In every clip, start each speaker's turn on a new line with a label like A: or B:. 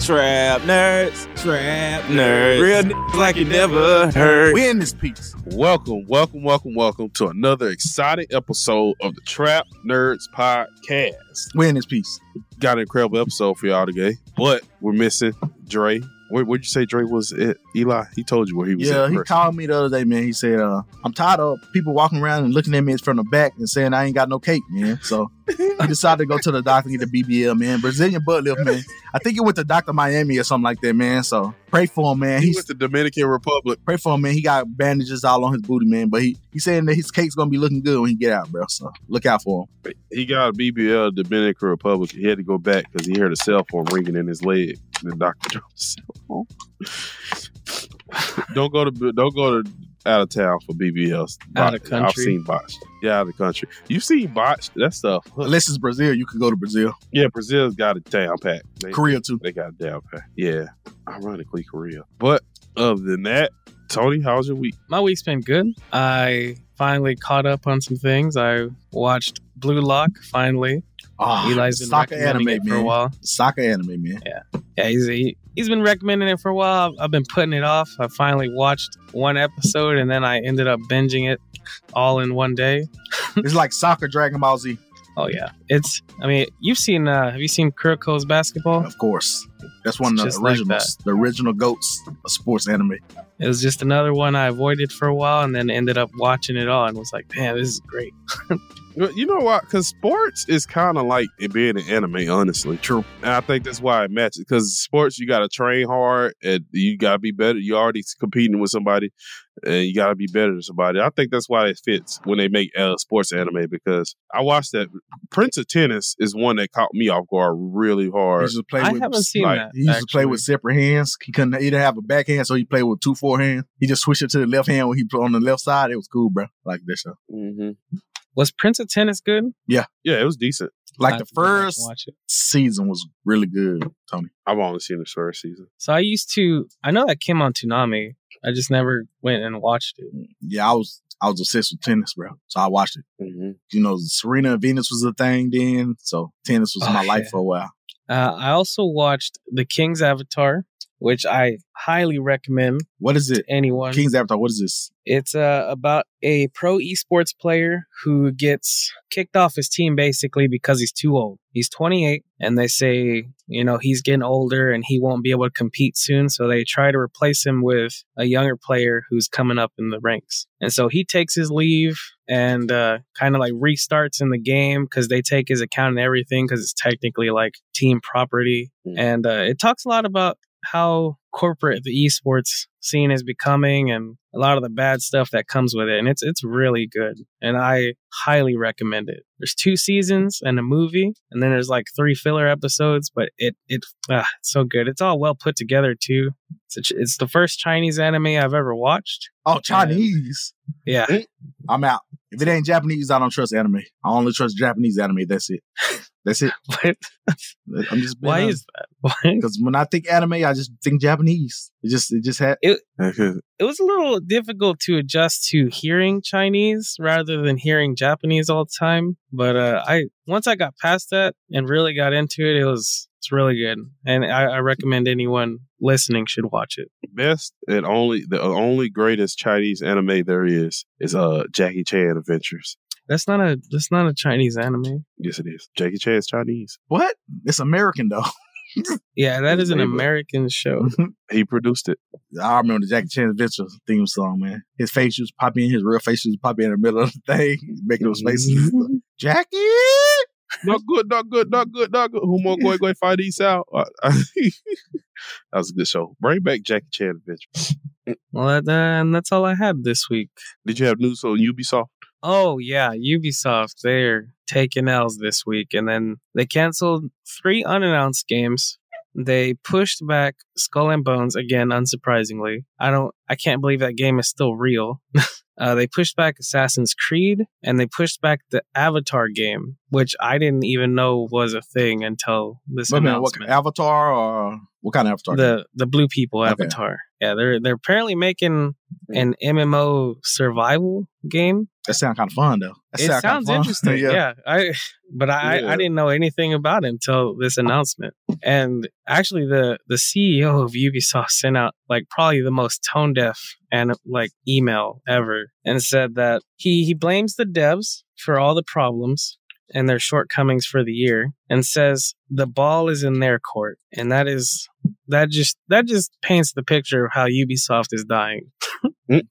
A: Trap nerds,
B: Trap
A: nerds,
B: Real
A: n- like you never heard.
B: We in this piece.
A: Welcome, welcome, welcome, welcome to another exciting episode of the Trap Nerds Podcast.
B: We in this piece.
A: Got an incredible episode for y'all today, but we're missing Dre. Where, would you say Dre was at? Eli, he told you where he was.
B: Yeah,
A: at
B: he
A: first.
B: called me the other day, man. He said, uh, "I'm tired of people walking around and looking at me from the back and saying I ain't got no cake, man." So he decided to go to the doctor and get the BBL, man. Brazilian butt lift, man. I think he went to Doctor Miami or something like that, man. So pray for him, man.
A: He
B: He's
A: went to Dominican Republic.
B: pray for him, man. He got bandages all on his booty, man. But he he's saying that his cake's gonna be looking good when he get out, bro. So look out for him.
A: He got a BBL Dominican Republic. He had to go back because he heard a cell phone ringing in his leg. And the doctor dropped the cell phone. don't go to don't go to out of town for BBLs.
C: Out of
A: Botched. I've
C: country.
A: seen botched. Yeah, out of the country. You've seen botched. That stuff.
B: Unless it's Brazil, you could go to Brazil,
A: Yeah, Brazil's got it down pat. They,
B: Korea too.
A: they got it down pat. Yeah, ironically Korea. But other than that, Tony, how's your week?
C: My week's been good. I finally caught up on some things. I watched Blue Lock finally.
B: Ah,
C: Eli's been
B: soccer
C: recommending
B: anime,
C: it for a
B: man.
C: while.
B: Soccer anime, man.
C: Yeah, he's, he, he's been recommending it for a while. I've, I've been putting it off. I finally watched one episode and then I ended up binging it all in one day.
B: It's like soccer Dragon Ball Z,
C: Oh yeah, it's. I mean, you've seen. Uh, have you seen Kuroko's basketball?
B: of course. That's one of
C: Just
B: the
C: like
B: originals, the original goats of sports anime.
C: It was just another one I avoided for a while and then ended up watching it all and was like, man, this is great.
A: Well, You know what? Because sports is kind of like it being an anime, honestly. True. And I think that's why it matches. Because sports, you got to train hard and you got to be better. you already competing with somebody and you got to be better than somebody. I think that's why it fits when they make uh, sports anime because I watched that. Prince of Tennis is one that caught me off guard really
B: He
A: hard.
B: used to play
C: I
B: with,
C: haven't seen
A: like,
C: that.
B: he used to play
C: actually.
B: with separate hands. He couldn't. He didn't have a backhand, so he played with two forehands. He just switched it to the left hand when he put on the left side. It was cool, bro. Like this show.
A: Mm-hmm.
C: Was Prince of Tennis good?
A: Yeah, it was decent.
B: Like
C: I
B: the
C: have to go back and
B: first
C: watch it.
B: season was really good, Tony.
A: I've only seen the first season.
C: So I used to. I know that came on Toonami. I just never went and watched it.
B: Yeah, I was I was obsessed with tennis, bro. So I watched it. You know, Serena and Venus was a thing then, so tennis was
C: Oh,
B: my
C: yeah.
B: life for a while.
C: Uh, I also watched The King's Avatar, which I highly recommend
B: What is
C: to
B: it?
C: anyone.
B: King's Avatar. What is this?
C: It's uh, about a pro esports player who gets kicked off his team basically because he's too old. He's 28, and they say, you know, he's getting older and he won't be able to compete soon. So they try to replace him with a younger player who's coming up in the ranks. And so he takes his leave and uh, kind of like restarts in the game because they take his account and everything because it's technically like team property. And uh, it talks a lot about how corporate the esports scene is becoming and a lot of the bad stuff that comes with it and it's it's really good and I highly recommend it. There's two seasons and a movie and then there's like three filler episodes but it it ah, it's so good. It's all well put together too. It's a, ch- it's the first Chinese anime I've ever watched.
B: Oh, Chinese.
C: Yeah.
B: I'm out. If it ain't Japanese, I don't trust anime. I only trust Japanese anime. That's it. That's it.
C: What?
B: I'm just being
C: Why
B: honest.
C: is that? Why?
B: Because when I think anime, I just think Japanese. It just it just had
C: It was a little difficult to adjust to hearing Chinese rather than hearing Japanese all the time. But uh, I once I got past that and really got into it, it was it's really good, and I, I recommend anyone listening should watch it.
A: Best and only the only greatest Chinese anime there is is uh Jackie Chan Adventures.
C: That's not a that's not a Chinese anime.
A: Yes, it is. Jackie Chan's Chinese.
B: what? It's American though.
C: Yeah, that is an
A: Label.
C: American show.
A: He produced it.
B: I remember the Jackie Chan Adventure theme song, man. His face was popping in, his real face was popping in the middle of the thing, making those faces.
C: Mm-hmm.
B: Jackie!
A: not good, not good, not good, not good. Who more going to find these out? Uh, that was a good show. Bring back Jackie Chan Adventures.
C: Well, that, uh, and that's all I had this week.
A: Did you have news on Ubisoft?
C: Oh yeah, Ubisoft they're taking L's this week and then they canceled 3 unannounced games. They pushed back Skull and Bones again unsurprisingly. I don't I can't believe that game is still real. uh, they pushed back Assassin's Creed and they pushed back the Avatar game, which I didn't even know was a thing until this
B: Wait a minute, what,
C: announcement.
B: Avatar or what kind of Avatar?
C: the the blue people
B: Okay.
C: avatar. Yeah, they're they're apparently making an MMO survival game.
B: that sound kind of fun though. That
C: it
B: sound kinda
C: sounds
B: fun.
C: interesting. yeah. I but I, I
A: Yeah.
C: I didn't know anything about it until this announcement. And actually, the the CEO of Ubisoft sent out like probably the most tone deaf and like email ever, and said that he he blames the devs for all the problems and their shortcomings for the year and says the ball is in their court and that is that just that just paints the picture of how Ubisoft is dying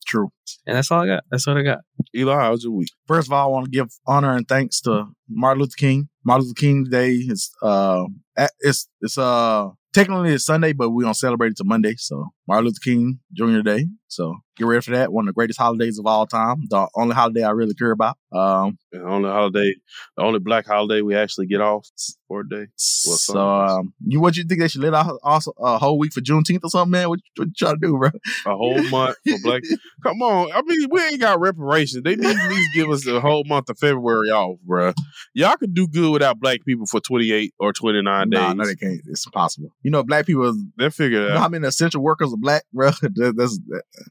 B: True.
C: and that's all I got that's what I got
A: Eli, how was your week?
B: First of all, I want to give honor and thanks to Martin Luther King. Martin Luther King Day is uh at- it's it's uh technically it's Sunday, but we don't celebrate it to Monday. So Martin Luther King Jr. Day. So get ready for that. One of the greatest holidays of all time. The only holiday I really care about. Um
A: The only holiday, the only black holiday we actually get off for a day. Well, some
B: so
A: of us.
B: um, you what you think they should let out also a whole week for Juneteenth or something, man? What, you- what you trying to do, bro?
A: A whole month for black. Come on. I mean, we ain't got reparations. They need to at least give us the whole month of February off, bruh. Y'all could do good without black people for 28 or 29
B: Nah,
A: days.
B: no, they can't. It's impossible. You know, black people. You
A: They'll figure it
B: know how
A: out.
B: many essential workers are black, bro? That, that's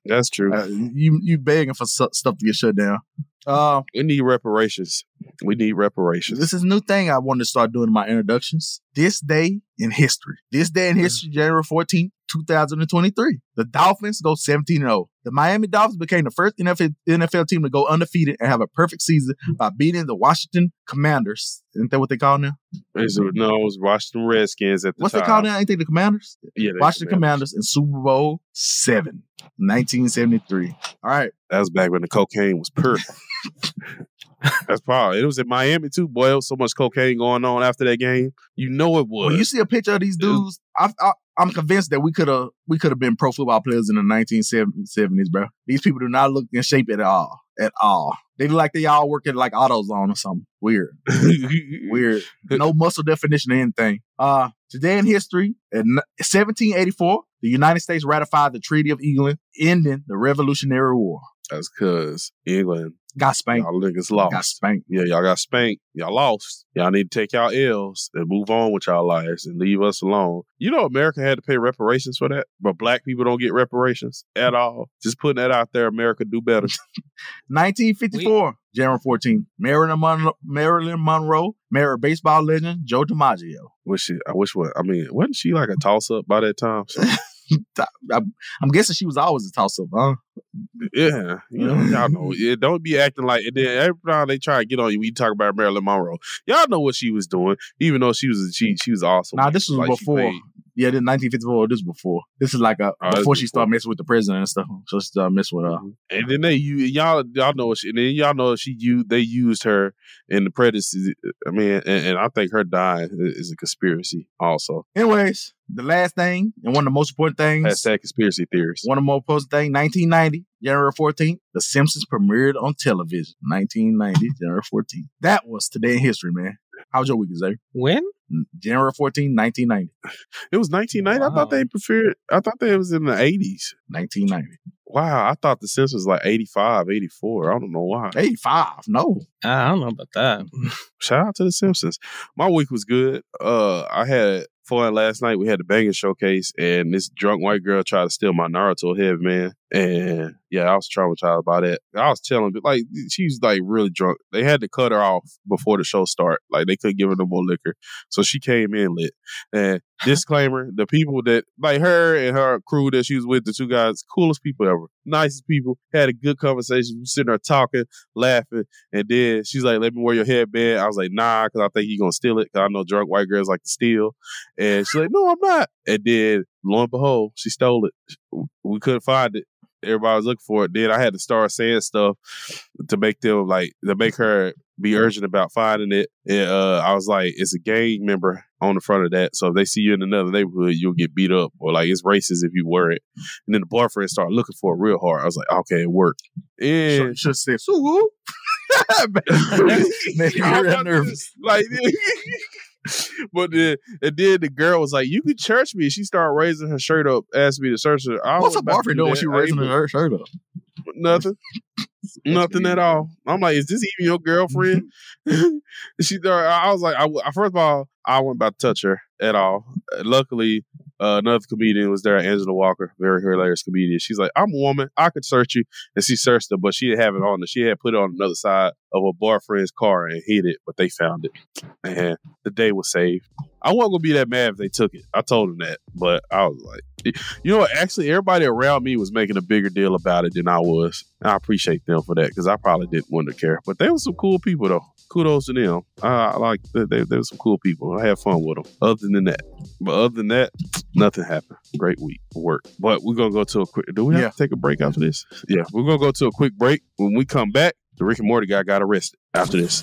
A: That's true.
B: uh, you you begging for su- stuff to get shut down. Uh,
A: We need reparations. We need reparations.
B: this is a new thing I wanted to start doing in my introductions. This day in history. This day in history, January 14th, 2023. The Dolphins go 17 0. The Miami Dolphins became the first NFL, NFL team to go undefeated and have a perfect season by beating the Washington Commanders. Isn't that what they call now?
A: It's- no, it was Washington Redskins at the
B: What's
A: time.
B: they call now? Ain't they the Commanders?
A: Yeah, they-
B: Washington Commanders in Super Bowl 7, 1973. All right.
A: That was back when the cocaine was pure. That's probably. It was in Miami too, boy. There was so much cocaine going on after that game. You know it was.
B: When you see a picture of these
A: Dude.
B: dudes, I, I, I'm convinced that we could have we could have been pro football players in the 1970s, bro. These people do not look in shape at all, at all. They look like they all work at like AutoZone or something weird, weird. No muscle definition or anything. Uh, today in history, in 1784, the United States ratified the Treaty of England, ending the Revolutionary War.
A: That's cause England,
B: Got spanked.
A: y'all niggas
B: Got
A: lost.
B: spanked.
A: Yeah, y'all got spanked. Y'all lost. Y'all need to take y'all L's and move on with y'all lives and leave us alone. You know, America had to pay reparations for that, but black people don't get reparations at all. Just putting that out there, America do better.
B: 1954, January 14th, Marilyn Monroe, Marilyn Monroe married baseball legend Joe DiMaggio.
A: Wish she, I wish what I mean, wasn't she like a toss up by that time? So,
B: I'm, I'm guessing she was always a toss up, huh?
A: yeah, you know, y'all know. Yeah, don't be acting like and then every time they try to get on you, we talk about Marilyn Monroe. Y'all know what she was doing, even though she was she she was awesome.
B: Nah, this was
A: Like, she
B: before.
A: paid-
B: Yeah, this 1954. This was before. This is like a
A: Oh, this
B: before she started
A: before. Mm-hmm.
B: messing with the president and stuff. So she started messing with her.
A: And then they you y'all y'all know she, and then y'all know she you they used her in the predecessor. I mean, and, and I think her dying i- is a conspiracy also.
B: Anyways, the last thing and one of the most important things.
A: Hashtag conspiracy theorist.
B: One of the most important things. 1990, January 14th, The Simpsons premiered on television. 1990, January 14th. That was today in history, man. How was your week, Xavier?
C: when
B: January 14th, 1990.
A: It was 1990. I thought
C: Wow.
A: they preferred. I thought they was in the 80s.
B: 1990.
A: Wow, I thought the Sims was like 85, 84. I don't know why.
B: 85. No.
C: I don't know about that.
A: Shout out to the Simpsons. My week was good. Uh, I had fun last night. We had the banger showcase, and this drunk white girl tried to steal my Naruto head, man. And yeah, I was traumatized by that. I was telling, but like she was like really drunk. They had to cut her off before the show start. Like they couldn't give her no more liquor, so she came in lit. And disclaimer: the people that like her and her crew that she was with, the two guys, coolest people ever, nicest people. Had a good conversation. We sitting there talking, laughing, and then she's like, "Let me wear your headband." I was like, "Nah," because I think you gonna steal it. Cause I know drunk white girls like to steal. And she's like, "No, I'm not." And then lo and behold, she stole it. We couldn't find it. Everybody was looking for it. Then I had to start saying stuff to make them like to make her be urgent about finding it. And uh, I was like, "It's a gang member on the front of that. So if they see you in another neighborhood, you'll get beat up, or like it's racist if you wear it." And then the boyfriend started looking for it real hard. I was like, "Okay, it worked." And
B: Should, should say, "Sue woo." Man,
A: I
B: you're
A: got
B: unnerving.
A: this, like, but then and then the girl was like, "You can church me." She started raising her shirt up, asked me to search her. I
B: What's
A: was
B: her
A: about to
B: boyfriend
A: do
B: doing when
A: that.
B: she
A: I
B: raising
A: even-
B: her shirt up?
A: Nothing, nothing at
B: weird.
A: all. I'm like, "Is this even your girlfriend?" she, thought- I was like, I, w- first of all, I wasn't about to touch her at all. Uh, Luckily, uh, another comedian was there, Angela Walker, very hilarious comedian. She's like, I'm a woman, I could search you. And she searched her, but she didn't have it on her. She had put it on another side of her boyfriend's car and hid it, but they found it. And the day was saved. I wasn't gonna be that mad if they took it. I told them that, but I was like, you know what? Actually, everybody around me was making a bigger deal about it than I was. And I appreciate them for that because I probably didn't want to care. But they were some cool people, though. Kudos to them. I, I like they, they, they were some cool people. I had fun with them. Other than that, but other than that, nothing happened. Great week of work. But we're gonna go to a quick. Do we have
B: Yeah.
A: to take a break after this? Yeah, we're gonna go to a quick break. When we come back, the Rick and Morty guy got arrested after this.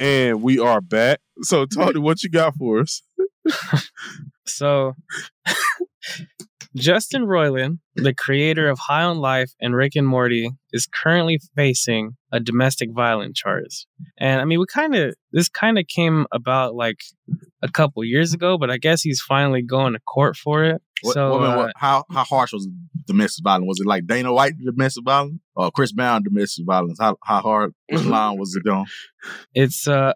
A: And we are back. So Tony, what you got for us?
C: So, Justin Roiland, the creator of High on Life and Rick and Morty, is currently facing a domestic violence charge. And I mean, we kind of, this kind of came about like a couple years ago, but I guess he's finally going to court for it.
B: What,
C: so
B: woman,
C: uh,
B: what- how how harsh was domestic violence? Was it like Dana White domestic violence or Chris Brown domestic violence? How how hard which line was it on?
C: it's uh,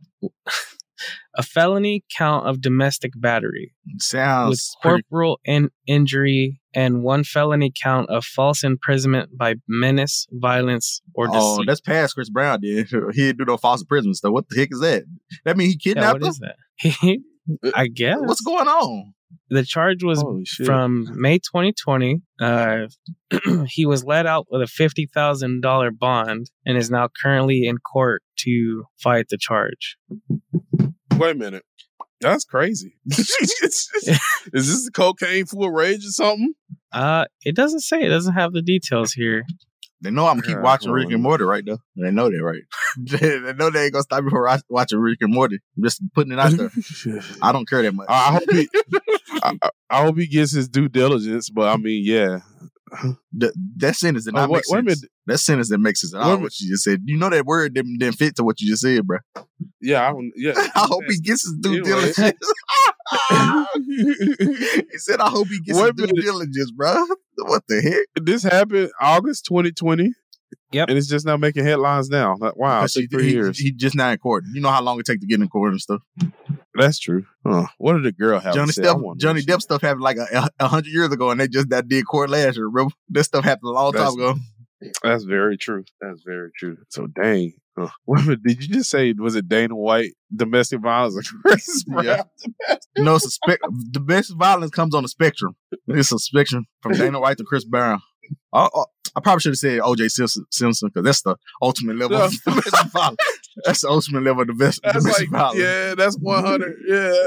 C: a felony count of domestic battery with
B: Sounds pretty,
C: corporal in- injury and one felony count of false imprisonment by menace, violence, or deceit.
B: oh, that's past Chris Brown. Did he didn't do no false imprisonment stuff? What the heck is that? That mean he
C: yeah,
B: kidnapped
C: what
B: her?
C: is that? I guess
B: Uh, What's Oh, going on?
C: the charge was
A: Holy shit.
C: from May 2020. Uh, he was let out with a fifty thousand dollar bond and is now currently in court to fight the charge.
A: Wait a minute. That's crazy. Is this the cocaine full of rage or something?
C: Uh, it doesn't say. It doesn't have the details here.
B: They know I'm gonna keep
A: Yeah,
B: watching Rick
A: well-
B: and Morty right now. They know that, right? they they know they ain't gonna stop me from wa- watching Rick and Morty. I'm just putting it out there. I don't care that much.
A: I I hope he, I, I- I hope he gets his due diligence, but I mean, yeah.
B: Th- that sentence did
A: Oh,
B: not
A: wait-
B: make
A: wait a
B: sense.
A: minute.
B: That sentence didn't make sense at
A: Wait a
B: all.
A: minute.
B: What you just said. You know that word didn't, didn't fit to what you just said, bro.
A: Yeah, I don't, yeah.
B: I hope he gets his due
A: Anyway.
B: diligence. he said, "I hope he gets his
A: Wait a
B: due
A: minute.
B: diligence, bro." What the heck?
A: This happened August 2020.
C: Yep.
A: And it's just now making headlines now. Like, wow,
B: Because
A: it's
B: he,
A: like three
B: he-
A: years.
B: he just not in court. You know how long it take to get in court and stuff.
A: That's true. Huh. What did the girl have? to
B: Johnny
A: say? I
B: Depp,
A: wanna
B: Johnny
A: know.
B: Depp stuff happened like a, a hundred years ago, and they just that did court last year. Remember? This stuff happened a long
A: That's-
B: time ago.
A: That's very true. That's very true. So dang. Huh. Wait a minute, Did you just say was it Dana White domestic violence? or Chris Brown?
B: Yeah. You know, it's a spe- domestic violence comes on a spectrum. It's a spectrum from Dana White to Chris Brown. I, I, I probably should have said O.J. Simpson because that's the ultimate level of
A: Yeah.
B: domestic violence. That's the ultimate level of domes-
A: That's
B: domestic
A: like
B: violence. Mm-hmm.
A: yeah, that's one hundred. Yeah.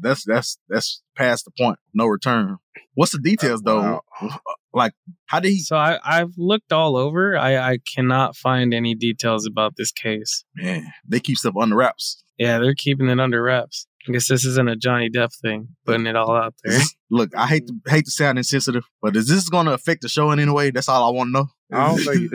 B: That's that's that's past the point, no return. What's the details though?
A: Wow.
B: How did he?
C: So I, I've looked all over. I, I cannot find any details about this case.
B: Man, they keep stuff under wraps.
C: Yeah, they're keeping it under wraps. I guess this isn't a Johnny Depp thing, putting it all out
B: Is
C: there.
B: this- look, I hate to
A: Mm-hmm.
B: hate to sound insensitive, but is this going to affect the show in any way? That's all I want to know.
A: I don't think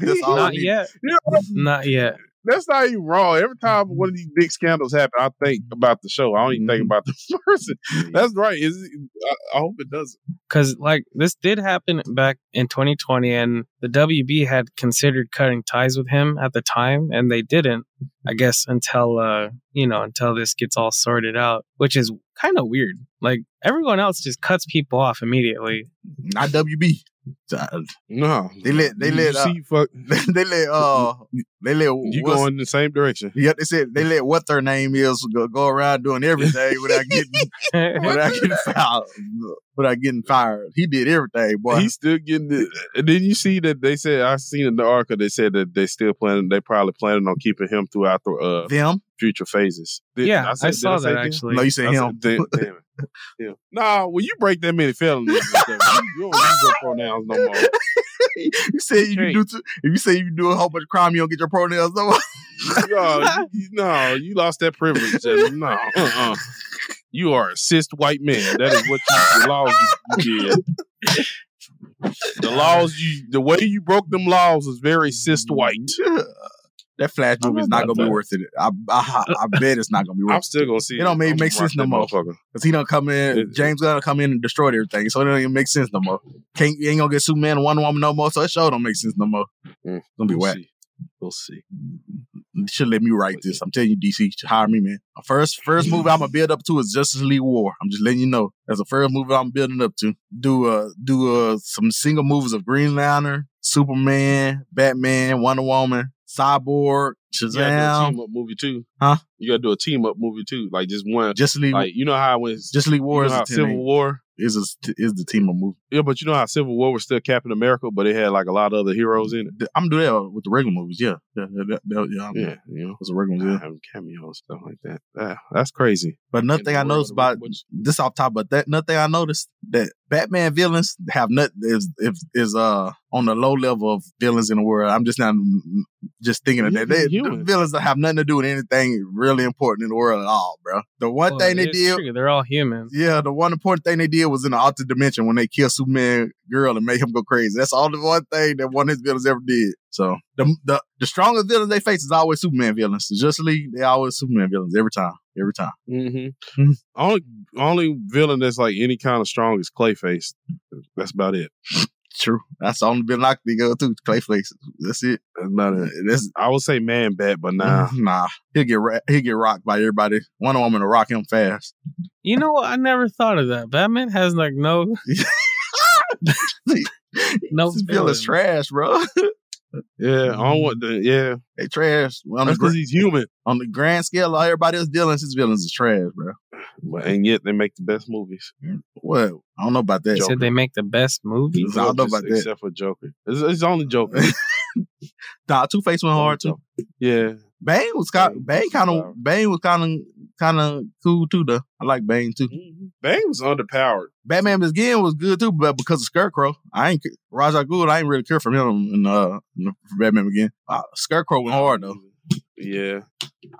B: That's all I
C: Not
B: need.
C: yet.
A: You know what?
C: Not yet.
A: that's not even wrong. Every time
C: Mm-hmm.
A: one of these big scandals happen, I think about the show. I don't even think about the person. That's right. Is it- I, I hope it doesn't.
C: Because, like, this did happen back in 2020, and the WB had considered cutting ties with him at the time, and they didn't, I guess, until, uh, you know, until this gets all sorted out, which is kind of weird. Like, everyone else just cuts people off immediately.
B: Not WB. Uh,
A: No,
B: They let- they
A: You
B: let, uh,
A: see, fuck,
B: they let uh they let
A: you
B: what's-
A: going in the same direction.
B: Yep, they said they let what their name is go, go around doing everything without getting without getting fired. Without getting fired, he did everything, boy.
A: He's still getting it. And then you see that they said I seen in the article they said that they still planning they probably planning on keeping him throughout the uh,
B: them.
A: future phases. Did-
C: yeah, I,
A: said- did
C: saw
A: say
C: that
A: them?
C: actually.
B: No, you said
A: I
B: him.
A: said, damn, damn it. Yeah. Nah, when you break that many felonies, and stuff, you you don't use your pronouns no more.
B: you say you
A: Hey.
B: do. T- if you say you do a whole bunch of crime, you don't get your pronouns. No,
A: no, you, no, you lost that privilege. Jesse. No, uh-uh. you are a cis white man. That is what you, the laws you, you did. The laws you, the way you broke them laws is very cis white.
B: that Flash
A: I don't
B: movie is
A: know
B: not gonna
A: about
B: be
A: that.
B: worth it. I, I I bet it's not gonna be
A: I'm
B: worth
A: still gonna see.
B: It don't make-
A: I'm gonna
B: make sense
A: watch
B: no
A: that
B: more.
A: motherfucker.
B: because he don't come in.
A: It-
B: James Gunn come in and destroyed everything, so it don't even make sense no more. Can't you ain't gonna get Superman and Wonder Woman no more, so that show don't make sense no more.
A: Mm.
B: Gonna be
A: We'll
B: whack.
A: see. We'll see.
B: should let me write this. I'm telling you, DC, you should hire me, man. First, first movie I'm gonna build up to is Justice League War. I'm just letting you know. That's the first movie I'm building up to. Do uh do uh some single movies of Green Lantern, Superman, Batman, Wonder Woman, Cyborg,
A: You gotta do a
B: Shazam,
A: team up movie too,
B: Huh?
A: You gotta do a team up movie too, like just one.
B: Justice League,
A: Like you know how when just
B: Justice League War is, a team
A: Civil
B: name.
A: War.
B: is a, is the team of movie.
A: Yeah, but you know how Civil War was still Captain America, but it had like a lot of other heroes in it.
B: The- I'm doing that with the regular movies. Yeah, yeah, yeah, that- that- yeah, I'm-
A: Yeah, you know.
B: Those are regular movies. Yeah.
A: having cameos stuff like that. Ah, that's crazy.
B: But another thing I noticed about this off top, but that nothing I noticed that Batman villains have nothing is if is uh on the low level of villains in the world. I'm just not just thinking of
A: You
B: that.
A: can
B: They,
A: be
B: the
A: human.
B: villains that have nothing to do with anything really important in the world at all, bro. The one
C: Well,
B: thing they
C: it's
B: did,
C: true, They're all humans.
B: yeah, the one important thing they did was in the altered dimension when they killed Superman girl and made him go crazy. That's all the one thing that one of his villains ever did. So the the, the strongest villains they face is always Superman villains. The Justice League, they always Superman villains every time, every time.
D: Mm-hmm.
A: Only only villain that's like any kind of strong is Clayface. That's about it.
B: True, that's the only villain I can think of too. Clayface, that's it.
A: That's about it.
B: That's
A: I would say Man Bat, but nah.
B: nah. He'll get ra- he'll get rocked by everybody. Wonder Woman will rock him fast.
C: You know what? I never thought of that. Batman has like no no
B: This villain's
C: villain.
B: trash, bro.
A: Yeah, I don't want the yeah.
B: they trash on the,
A: That's because
B: gr-
A: he's human.
B: on the grand scale. Of everybody else villains, his villains is trash, bro.
A: But, and yet they make the best movies.
B: What? I don't know about that.
C: They said they make the best movie.
B: I don't know about that.
A: Except for Joker. It's, it's only Joker.
B: Nah, Two Face went hard too.
A: Yeah.
B: Bane was kind.
A: Bane
B: Bane
A: was
B: kind
A: fire.
B: of. Bane was kind of kind of cool too. Though I like Bane too.
A: Bane was underpowered.
B: Batman Begin was good too, but because of Scarecrow, I ain't Raja Gould. I ain't really care for him in uh in Batman Begin. Uh, Scarecrow went hard though.
A: Yeah.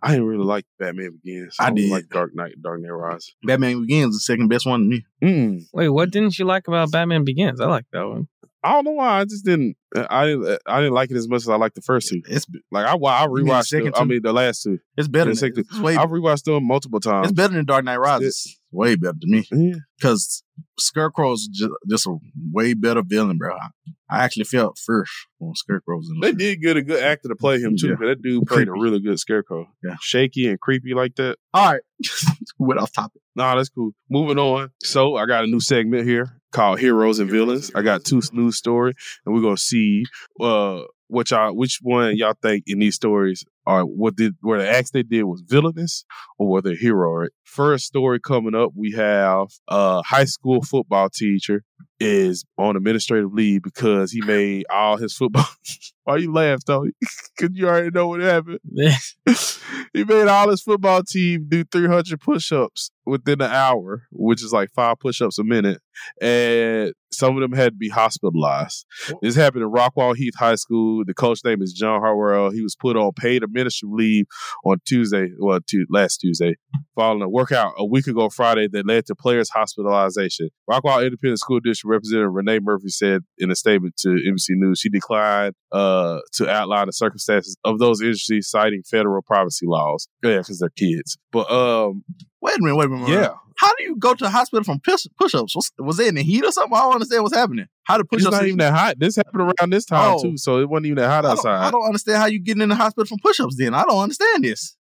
A: I didn't really like Batman Begins.
B: I
A: only
B: did.
A: like Dark Knight, Dark Knight Rises.
B: Batman Begins is the second best one to me.
A: Mm.
C: Wait, what didn't you like about Batman Begins? I like that one.
A: I don't know why. I just didn't. uh, I didn't. I didn't like it as much as I liked the first two.
B: It's
A: Like I, I
B: mean the
A: rewatched.
B: second
A: The, I
B: two?
A: mean the last two.
B: it's better.
A: It's
B: Than,
A: like
B: it's way
A: I rewatched them multiple times.
B: it's better than Dark Knight Rises. way better to me
A: Yeah.
B: because Scarecrow's just, just a way better villain, bro. I, I actually felt first when Scarecrow was in.
A: They
B: the
A: did get a good actor to play him too.
B: Yeah.
A: 'cause That dude played
B: Creepy.
A: a really good scarecrow.
B: Yeah.
A: Shaky and creepy like that.
B: All right, went off topic.
A: Nah, that's cool. Moving on. So I got a new segment here called Heroes and Villains. I got two news story, and we're gonna see uh what y'all which one y'all think in these stories are what did where the acts they did was villainous or were they heroic. First story coming up, we have a high school football teacher is on administrative leave because he made all his football. Why you laugh, Tony? Because you already know what happened he made all his football team do 300 push-ups within an hour, which is like five push-ups a minute, and some of them had to be hospitalized. This happened at Rockwall Heath High School. The coach name is John Hartwell. He was put on paid administrative leave on Tuesday, well, tu- last Tuesday, following a workout a week ago Friday that led to players' hospitalization. Rockwall Independent School District Representative Renee Murphy said in a statement to NBC News, she declined uh, to outline the circumstances of those injuries, citing federal privacy laws. Yeah, because they're kids. But um,
B: Wait a minute, wait a minute. wait a minute.
A: yeah,
B: How do you go to the hospital from push ups? Was, was it in the heat or something? I don't understand what's happening. How do push
A: it's
B: ups
A: not even that hot. This happened around this time
B: Oh.
A: too, so it wasn't even that hot
B: I don't,
A: outside.
B: I don't understand how you getting in the hospital from push ups then. I don't understand this.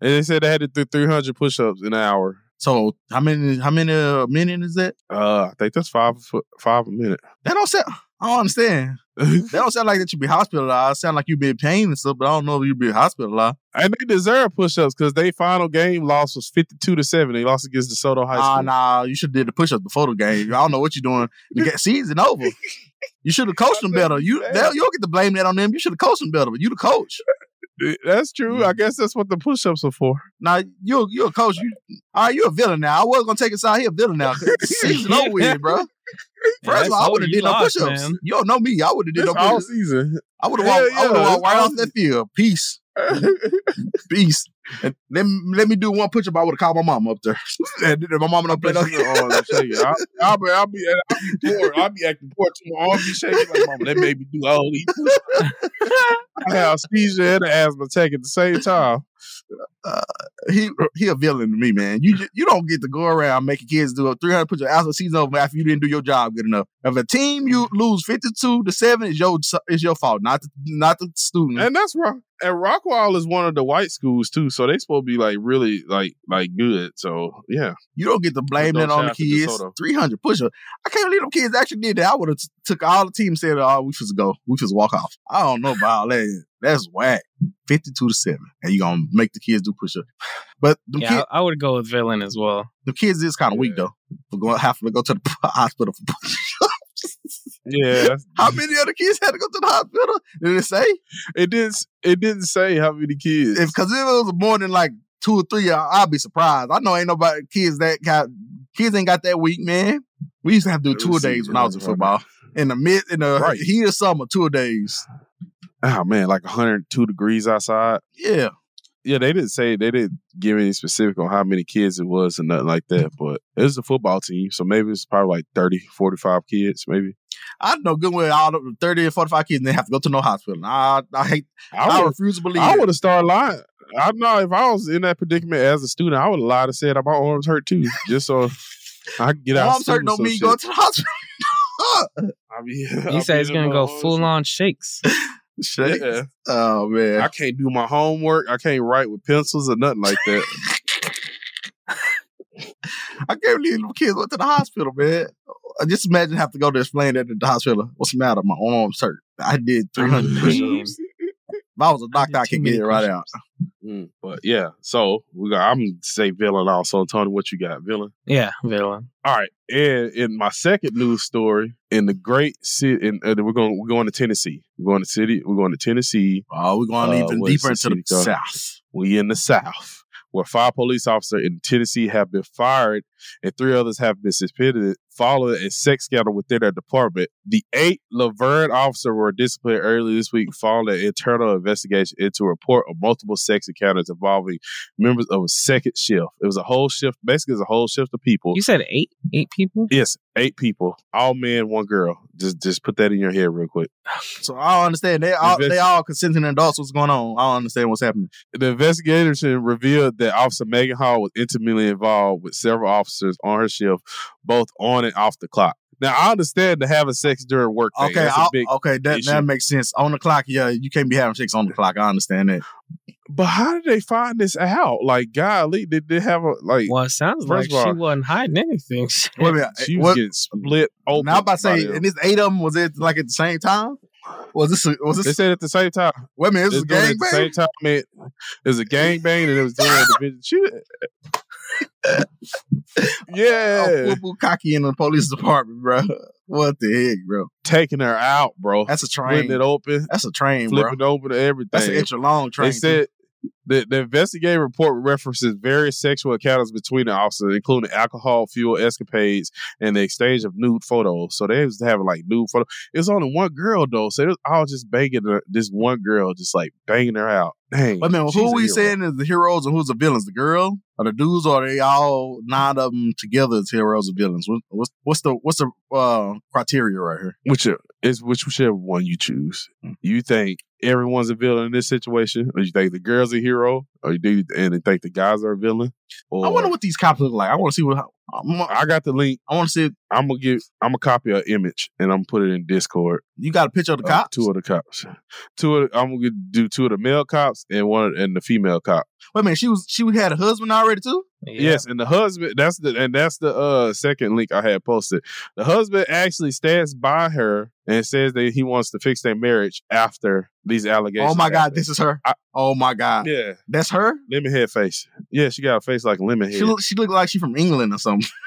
A: and they said they had to do 300 push-ups in an hour.
B: So how many how many uh, minute is that?
A: Uh, I think that's five foot, five a minute.
B: That don't sound I don't understand.
A: and
B: That don't sound like that you be hospitalized. Sound like you been in pain and stuff, but I don't know if you be hospitalized.
A: they deserve push-ups because their final game loss was 52 to seven. They lost against DeSoto High School.
B: Ah, nah, you should have did the push ups before the game. I don't know what you're doing. The ga- season over. You should have coached them better. You they, you don't get to blame that on them. You should have coached them better. But you the coach.
A: Eh, That's true. I guess that's what the push-ups are for.
B: Now you you a coach. You all right? You a villain now. I was gonna take us out. He a villain now. 'cause the Season over with, bro. First of all, I would have did no push ups. You don't know me. I would have did
A: It's
B: no push
A: all
B: ups.
A: season.
B: I would have
A: Hell
B: walked. I would
A: yeah,
B: have walked
A: it's
B: right
A: all
B: off that field. Peace, peace. And let me, let me do one push up. I would have called my mom up there. and then my mom don't play
A: But uh,
B: no.
A: I'll, be, I'll, be, I'll be poor. I'll be acting poor too. My arm be shaking like mama. That made me do all these. I have seizure and an asthma attack at the same time.
B: He he a villain to me, man. You ju- you don't get to go around making kids do a 300 push up after the season over after you didn't do your job good enough. If a team you lose 52 to seven is your is your fault, not the, not the student.
A: And that's rock. And Rockwall is one of the white schools too, so they supposed to be like really like like good. So yeah,
B: You don't get to blame
A: Don't
B: that on the
A: shout to
B: kids.
A: DeSoto.
B: 300 push up. I can't believe them kids actually did that. I would have t- took all the team and said, oh, we just go. We just walk off. I don't know about all that. That's whack. 52 to 7. And you going to make the kids do push up. But the,
C: Yeah,
B: kid,
C: I I would go with villain as well.
B: the kids is kind of weak,
A: Yeah.
B: though. For going having to go to the hospital for push
A: yeah. that's-
B: How many other kids had to go to the hospital? Did it say?
A: It didn't. s- It didn't say how many kids.
B: Because if, it was more than like two or three, I, I'd be surprised. I know ain't nobody kids that got kids ain't got that weak, man. We used to have to do
A: Let me
B: two
A: see.
B: days when I was in
A: Right.
B: football. In the mid in the
A: Right.
B: heat of summer, two days.
A: oh man, like 102 degrees outside.
B: Yeah.
A: Yeah, they didn't say they didn't give any specific on how many kids it was or nothing like that, but it was the football team, so maybe it's probably like 30, 45 kids, maybe.
B: I know good well all the 30 or 45 kids and they have to go to no hospital. I I hate I,
A: would've-
B: refuse to believe
A: I
B: it.
A: would have started lying. I know if I was in that predicament as a student, I would have lied and said my arms hurt too, just so I could get out.
B: Mom's hurt don't mean go to the hospital.
A: I mean,
C: He said it's gonna go full on shakes.
B: Shit. Oh man.
A: I can't do my homework. I can't write with pencils or nothing like that.
B: I can't believe them kids went to the hospital, man. I just imagine have to go to explain that at the hospital. What's the matter? My arm's hurt. I did 300 push-ups. If I was a doctor, I,
C: too
B: can get
C: many
B: it right out.
A: Mm, but yeah, so we got. I'm gonna say villain also. Tony, what you got, villain?
C: Yeah, villain.
A: All right, and in my second news story, in the great city, in, uh, we're going we're going to Tennessee. We're going to city. We're going to Tennessee.
B: Oh, we're going
A: Uh,
B: even
A: what's
B: deeper
A: the
B: into the
A: city called?
B: south.
A: We in the South, where five police officers in Tennessee have been fired and three others have been suspended following a sex scandal within their department. The eight Laverne officers were disciplined earlier this week following an internal investigation into a report of multiple sex encounters involving members of a second shift. It was a whole shift, basically, it was a whole shift of people.
C: You said eight eight people?
A: Yes, eight people, all men, one girl. Just just put that in your head real quick.
B: So I don't understand. They all
A: Invest-
B: they all consenting adults. What's going on? I don't understand what's happening.
A: The investigation revealed that Officer Megan Hall was intimately involved with several officers on her shift, both on and off the clock. Now I understand the having sex during work. Thing.
B: Okay,
A: That's a
B: I'll-
A: big-
B: okay, that,
A: issue.
B: that makes sense. On the clock, yeah, you can't be having sex on the clock. I understand that.
A: but how did they find this out? Like, golly, did they have a like?
C: Well, it sounds
A: First
C: like
A: of
C: she
A: all-
C: wasn't hiding anything.
B: Wait a minute.
A: She was
B: what-
A: getting split open.
B: now I'm about to
A: by
B: say,
A: them.
B: and this eight of them was it like at the same time? Was this a- was
A: they
B: this?
A: said at the same time.
B: Wait a minute,
A: They
B: this is
A: doing it
B: gang
A: at the same time. Man, it was a gang bang, and it was doing a division. She,
B: Oh,
A: yeah,
B: whoop, whoop, cocky in the police department, bro. What the heck, bro?
A: taking her out, bro.
B: That's a train.
A: Splitting it open,
B: That's a train, bro.
A: flipping over to everything.
B: That's an extra long train.
A: They said the, the investigative report references various sexual encounters between the officers, including alcohol, fuel escapades, and the exchange of nude photos. So they was having like nude photos. It was only one girl though, so it was all just banging her, this one girl, just like banging her out. Dang,
B: But man,
A: she's
B: who
A: a
B: we
A: hero.
B: saying is the heroes and who's the villains? The girl or the dudes? Or are they all nine of them together as heroes and villains? What, what's what's the what's the uh, criteria right here?
A: Which uh, is which? Whichever one you choose,
B: Mm.
A: you think everyone's a villain in this situation, or you think the girl's a hero, or you do, and you think the guys are a villain? Or
B: I wonder what these cops look like. I want to see what I'm, I
A: I got the link.
B: want to see.
A: I'm gonna give. I'm gonna copy an image and I'm gonna put it in Discord.
B: You got a picture of the
A: Uh,
B: cops?
A: two of the cops. Two. Of the, I'm gonna do two of the male cops and one and the female cop.
B: Wait a minute, she was she had a husband already too.
A: Yes, and the husband. That's the and that's the uh second link I had posted. The husband actually stands by her and says that he wants to fix their marriage after these allegations.
B: Oh my god,
A: happen.
B: this is her.
A: I-
B: oh my god,
A: yeah
B: that's her.
A: lemon head face. Yeah, she got a face like a lemon head.
B: She look, she looked like she from England or something.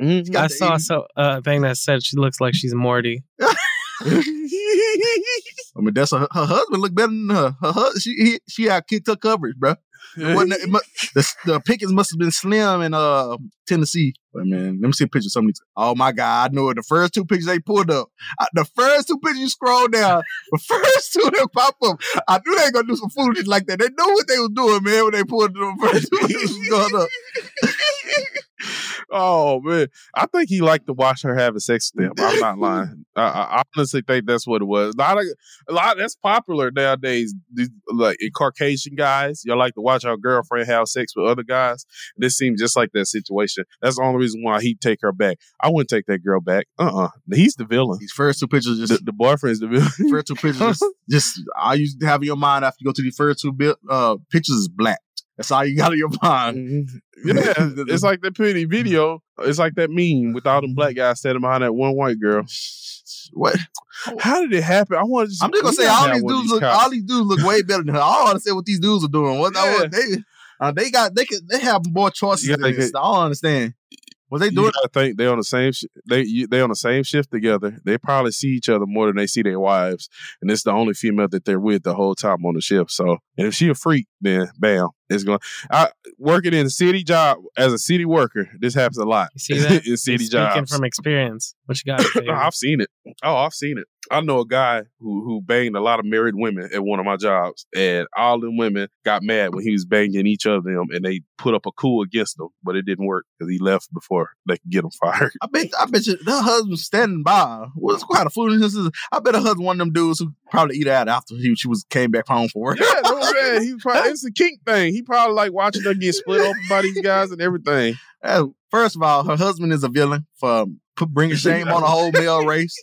A: Mhm.
B: got
C: Mm-hmm.
B: the
C: I saw
B: eight-
C: so uh, a thing that said she looks like she's Morty.
B: I mean, that's her, her husband looked better than her. Her husband, she he, she out kicked her coverage, bro. Wasn't it- it mu- the, the pickings must have been slim in uh Tennessee. Wait, man, let me see a picture. of Somebody, oh my god, I know it. The first two pictures they pulled up, I, the first two pictures you scroll down, the first two that pop up, I knew they gonna do some foolishness like that. They know what they was doing, man, when they pulled the first two pictures going up.
A: Oh man, I think he liked to watch her having sex with him. I'm not lying. I, I honestly think that's what it was. A lot of a lot that's popular nowadays. These, like in Caucasian guys, y'all like to watch our girlfriend have sex with other guys. This seems just like that situation. That's the only reason why he'd take her back. I wouldn't take that girl back. Uh uh He's the villain.
B: These first two pictures just
A: The, the boyfriend's the villain.
B: first two pictures, just, just all you have in your mind after you go to the first two bi- uh, pictures is black. That's all you got in your mind.
A: yeah, it's like that pretty video. It's like that meme with all them black guys standing behind that one white girl.
B: What?
A: How did it happen? I want to.
B: I'm just gonna
A: we
B: say
A: gotta
B: all
A: have
B: these
A: one of
B: dudes look
A: cops.
B: all these dudes look way better than her. I don't understand what these dudes are doing. What,
A: Yeah.
B: what they uh, they got they could they have more choices
A: You
B: than
A: gotta
B: this.
A: get-
B: I don't understand. What they
A: You
B: doing?
A: gotta think they on the same. Sh- they you, they on the same shift together. They probably see each other more than they see their wives, and it's the only female that they're with the whole time on the shift. So, and if she a freak, then bam, it's going. I working in a city job as a city worker. This happens a lot.
C: You see that?
A: in city
C: Speaking
A: jobs.
C: from experience, what you got? baby?
A: I've seen it. Oh, I've seen it. I know a guy who who banged a lot of married women at one of my jobs, and all them women got mad when he was banging each of them, and they put up a coup against him, but it didn't work because he left before they could get him fired.
B: I bet I bet you that husband's standing by. What's what kind of foolishness is? I bet her husband one of them dudes who probably eat out after he she was came back home from work.
A: Yeah, no man. He probably it's a kink thing. He probably like watching her get split open by these guys and everything.
B: Uh, First of all, her husband is a villain for um, put, bringing shame on the whole male race.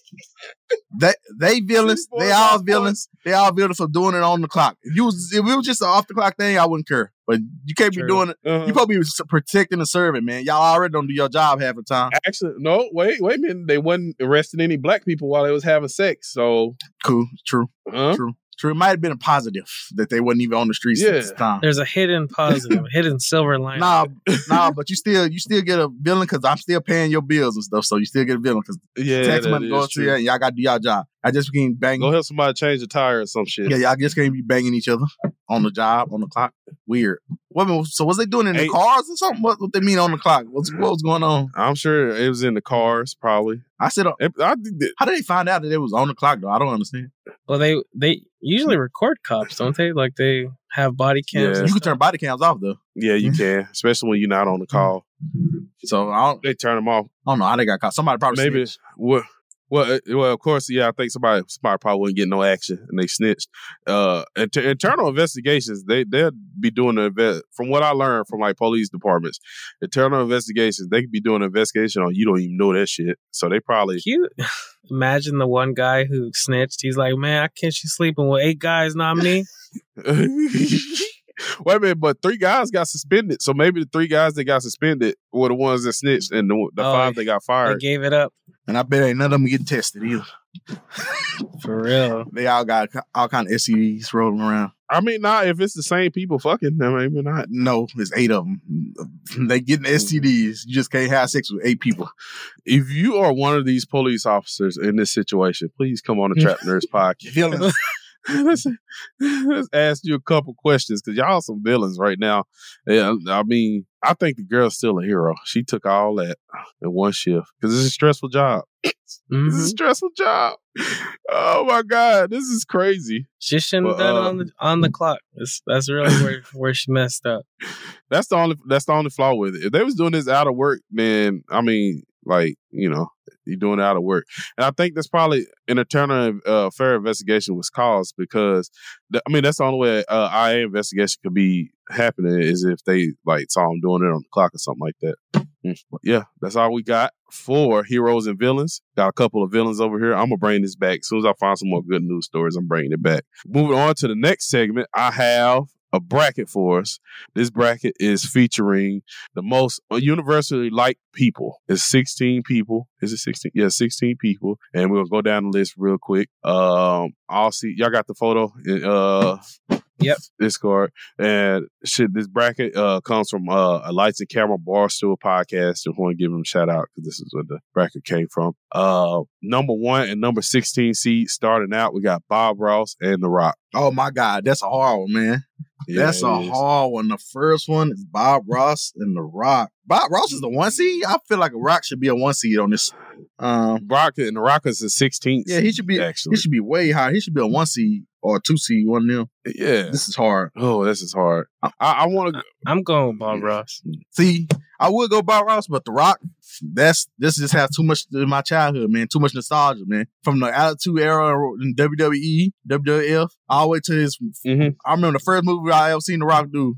B: They they villains.
A: Boy,
B: They all
A: boy.
B: villains. They all villains for doing it on the clock. If you was, if it was just an off the clock thing, I wouldn't care. But you can't
C: True.
B: be doing it. You
A: Uh-huh.
B: probably be s- protecting the servant, man. Y'all already don't do your job half the time.
A: Actually, no. Wait, wait a minute. They wasn't arresting any black people while they was having sex. So,
B: Cool, true,
A: huh?
B: true, true. It might have been a positive that they wasn't even on the streets at this
A: Yeah.
B: time.
C: There's a hidden positive, hidden silver lining.
B: Nah, nah, but you still you still get a villain because I'm still paying your bills and stuff. So you still get a villain because
A: yeah,
B: tax
A: that
B: money
A: is
B: goes to
A: true.
B: you and y'all got to do y'all job. I just can't bang.
A: Go help somebody change a tire or some shit.
B: Yeah, y'all just can't be banging each other on the job on the clock. Weird. What, so was they doing in the
A: Ain't-
B: cars or something? What, what they mean on the clock? What's what was going on?
A: I'm sure it was in the cars, probably.
B: I said, uh,
A: It- I think that-
B: how did they find out that it was on the clock though? I don't understand.
C: Well, they they usually record cops, don't they? Like they have body cams.
A: Yeah.
C: and
B: You can
C: stuff.
B: turn body cams off though.
A: yeah, you can, especially when you're not on the call.
B: So I don't,
A: They turn them off.
B: I don't know how they got caught. Somebody probably
A: Maybe
B: snitched.
A: well, well, uh, well. Of course, yeah. I think somebody, somebody probably wouldn't get no action, and they snitched. Uh, inter- internal investigations. They they'll be doing the inve- from what I learned from like police departments. Internal investigations. They could be doing an investigation on you don't even know that shit. So they probably
C: Can you imagine the one guy who snitched? He's like, man, I can't you sleeping with eight guys, not me.
A: Wait a minute, but three guys got suspended. So maybe the three guys that got suspended were the ones that snitched, and the, the
C: Oh,
A: five that got
C: I
A: fired.
C: gave it up
B: and I bet ain't none of them getting tested either.
C: for real.
B: They all got all kind of STDs rolling around.
A: I mean, not if it's the same people fucking. I mean, maybe not.
B: No, there's eight of them. They getting STDs. You just can't have sex with eight people.
A: If you are one of these police officers in this situation, please come on the Trap Nurse podcast.
B: Villains.
A: let's, let's ask you a couple questions because y'all some villains right now. Yeah, I mean, I think the girl's still a hero. She took all that in one shift because it's a stressful job. This
B: Mm-hmm.
A: is a
C: Mhm.
A: stressful job. Oh my god, this is crazy.
C: She shouldn't have
A: But,
C: done
B: um,
C: it
A: uh,
C: on the on the clock. That's that's really where where she messed up.
A: That's the only that's the only flaw with it. If they was doing this out of work, then I mean, like you know, you're doing it out of work, and I think that's probably an internal uh, fair investigation was caused because the, I mean that's the only way uh, IA investigation could be happening is if they like saw them doing it on the clock or something like that. Mm. But yeah, that's all we got for heroes and villains. Got a couple of villains over here. I'm gonna bring this back as soon as I find some more good news stories. I'm bringing it back. Moving on to the next segment, I have. A bracket for us. This bracket is featuring the most universally liked people. It's 16 people. Is it 16? Yeah, 16 people. And we'll go down the list real quick. Um, I'll see. Y'all got the photo in uh
C: Yep.
A: Discord. And shit, this bracket uh comes from uh a lights and camera barstool podcast. Just want to give them a shout out because this is where the bracket came from. Uh number one and number 16 seed starting out, we got Bob Ross and The Rock.
B: Oh my God, that's a hard one, man. that's
A: Yeah,
B: a
A: it is.
B: hard one. The first one is Bob Ross and The Rock. Bob Ross is the one seed. I feel like a Rock should be a one seed on this. Um,
A: Rock and The Rock is the 16th.
B: yeah, he should be.
A: actually.
B: He should be way higher. He should be a one seed or a two seed. One of them.
A: Yeah.
B: This is hard.
A: Oh, this is hard. I, I want to.
C: I'm going with Bob Ross.
B: See, I would go Bob Ross, but The Rock, that's this just has too much in my childhood, man. Too much nostalgia, man. From the Attitude Era in WWE, WWF, all the way to his.
A: Mhm.
B: I remember the first movie I ever seen The Rock do,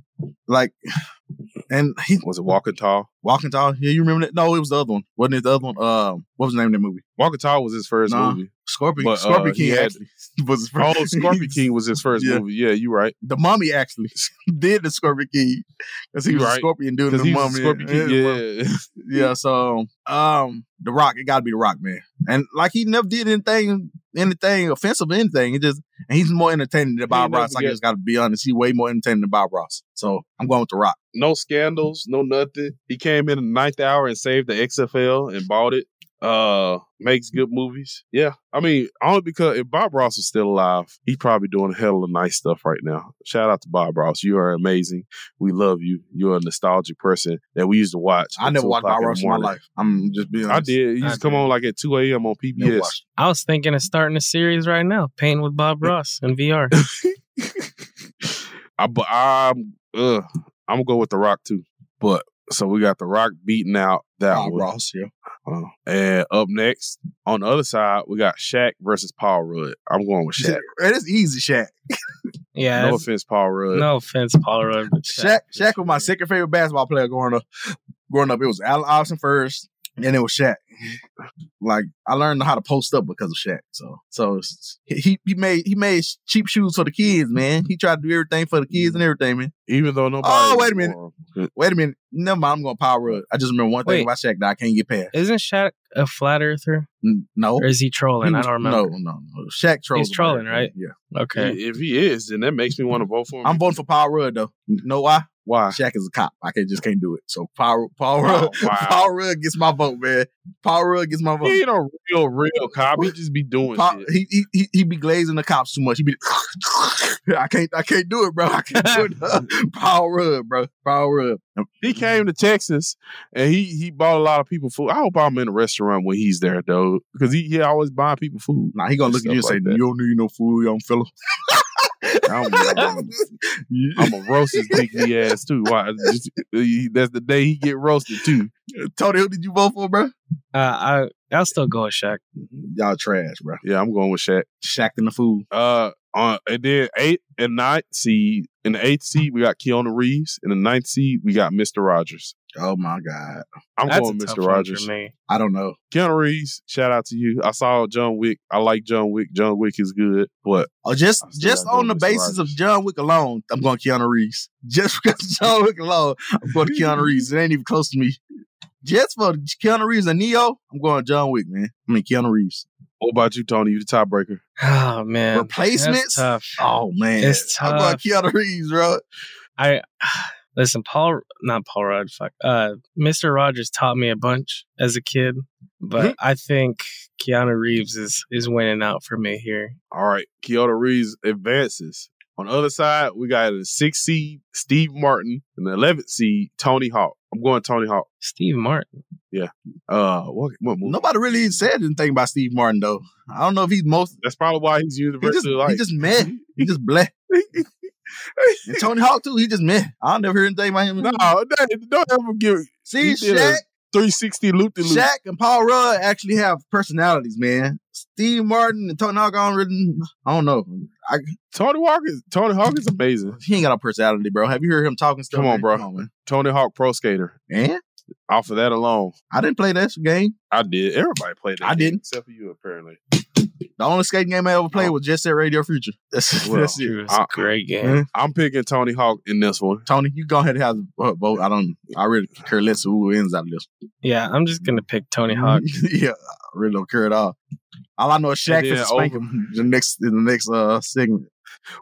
B: like, and he
A: Was it Walking Tall?
B: Walking Tall. Yeah, you remember that? No, it was the other one. Wasn't it the other one? Um, what was the name of that movie?
A: Walking Tall was his first
B: Nah.
A: movie.
B: Scorpion.
A: But, uh,
B: Scorpion
A: he
B: King
A: had-
B: actually was his first.
A: Oh, Scorpion King was his first
B: Yeah.
A: movie. Yeah, you right.
B: The Mummy actually did the Scorpion King because he
A: You
B: was a
A: right.
B: Scorpion dude. in
A: Because
B: The
A: he was
B: Mummy.
A: Scorpion King.
B: Yeah,
A: Yeah.
B: Yeah, so um The Rock, it gotta be the Rock, man. And like he never did anything anything offensive or anything. It just and he's more entertaining than Bob
A: never
B: Ross. Like I
A: get-
B: just gotta be honest. He's way more entertaining than Bob Ross. So I'm going with the Rock.
A: No scandals, no nothing. He came in the ninth hour and saved the XFL and bought it. uh makes good movies. Yeah. I mean, only because if Bob Ross was still alive, he's probably doing a hell of nice stuff right now. Shout out to Bob Ross. You are amazing. We love you. You're a nostalgic person that we used to watch.
B: I never watched Bob Ross in my life. I'm just being
A: I
B: honest.
A: did. It used to come on like at 2 a.m. on PBS.
C: I was thinking of starting a series right now, painting with Bob Ross in VR.
A: I, but I'm, uh, I'm gonna go with The Rock too. But so we got The Rock beating out that
B: Bob
A: one.
B: Ross, yeah.
A: Uh, and up next on the other side, we got Shaq versus Paul Rudd. I'm going with Shaq.
B: It is easy, Shaq.
C: Yeah,
A: No
C: no,
A: offense, Paul Rudd.
C: no offense, Paul Rudd. but
B: Shaq, Shaq was my second favorite basketball player growing up. Growing up, it was Allen Iverson first, and then it was Shaq. Like I learned how to post up because of Shaq. So, so it's- he he made he made cheap shoes for the kids, man. He tried to do everything for the kids and everything, man.
A: Even though nobody.
B: Oh, wait a minute.
A: wore him.
B: Wait a minute, never mind. I'm gonna power up. I just remember one thing
C: Wait.
B: about Shaq that I can't get past.
C: Isn't Shaq a flat earther,
B: N- No,
C: or is he trolling?
B: He
C: I
B: was-
C: don't remember.
B: No, no, no. Shaq trolls.
C: He's
B: about
C: trolling,
B: everything.
C: right?
B: Yeah.
C: Okay,
A: If he is, then that makes me want to vote for him.
B: I'm voting for Paul Rudd though. You know why?
A: Why?
B: Shaq is a cop. I can just can't do it. So Paul Paul
A: Oh,
B: Rudd,
A: wow.
B: Paul Rudd gets my vote, man. Paul Rudd gets my vote.
A: He ain't a real, real cop. He just be doing
B: Pop,
A: shit.
B: he, he he he be glazing the cops too much. He be, I can't I can't do it, bro. I can't do it. Paul Rudd, bro. Paul Rudd.
A: He came to Texas and he he bought a lot of people food. I hope I'm in a restaurant when he's there though, because he, he always buying people food.
B: Nah, he gonna look at you and
A: Stuff
B: say,
A: like that.
B: "You don't need no food, young fella."
A: I'm, I'm, I'm gonna roast his dicky ass too. Why? Just, he- that's the day he get roasted too.
B: Tony, who did you vote for, bro?
C: uh, I I'll still go with Shaq.
B: Y'all trash, bro.
A: Yeah, I'm going with Shaq.
B: Shaq in the food.
A: Uh, on and then eight and ninth seed. In the eighth seed, we got Keanu Reeves. In the ninth seed, we got Mr. Rogers.
B: Oh my god,
A: I'm
C: That's
A: going
C: a tough
A: Mr.
C: one
A: Rogers.
C: for me.
B: I don't know.
A: Keanu Reeves, shout out to you. I saw John Wick. I like John Wick. John Wick is good, but
B: Oh, just
A: I still
B: just
A: gotta go
B: on the
A: with Mr.
B: basis of
A: Rogers.
B: John Wick alone, I'm going Keanu Reeves. Just because of John Wick alone, I'm going to Keanu Reeves. It ain't even close to me. Just for Keanu Reeves and Neo, I'm going John Wick, man. I mean Keanu Reeves.
A: what about you, Tony? You the tiebreaker.
C: Oh man,
B: Replacements?
C: That's tough.
B: Oh man,
C: It's
B: I'm going
C: tough.
B: Keanu Reeves, bro.
C: I listen, Paul, not Paul Rudd. Fuck, uh, Mr. Rogers taught me a bunch as a kid,
B: Mm-hmm.
C: but I think Keanu Reeves is is winning out for me here.
A: All right, Keanu Reeves advances. On the other side, we got the sixth seed Steve Martin and the eleventh seed Tony Hawk. I'm going Tony Hawk.
C: Steve Martin.
A: Uh, what, what movie?
B: Nobody really said anything about Steve Martin though. I don't know if he's most.
A: That's probably why he's
B: He just,
A: universally
B: he
A: liked.
B: just meh. He just bleh. And Tony Hawk too. He just meh. I don't never hear anything about him.
A: no, don't- don't ever give
B: See,
A: he did a-
B: Shaq,
A: 360 loop de loop.
B: Shaq and Paul Rudd actually have personalities, man. Steve Martin and Tony Hawk, I don't, really, I don't know. I,
A: Tony Hawk is Tony Hawk is amazing.
B: he ain't got no personality, bro. Have you heard him talking stuff?
A: Come on,
B: man?
A: bro.
B: man.
A: Tony Hawk Pro Skater.
B: Man,
A: Off of that alone,
B: I didn't play that game.
A: I did. Everybody played that.
B: I
A: game,
B: didn't.
A: except for you apparently.
B: The only skating game I ever played was Jet Set Radio Future. That's,
A: Oh. Well,
B: that's it.
C: It was a
A: I-
C: great game.
B: Mhm.
A: I'm picking Tony Hawk in this one.
B: Tony, you go ahead and have the vote. I don't. I really care less who wins out of this.
C: Yeah, I'm just gonna pick Tony
B: Mm-hmm.
C: Hawk.
B: yeah, I really don't care at all. All I know is Shaq
A: And then
B: is spank
A: over-
B: him the next in the next uh segment.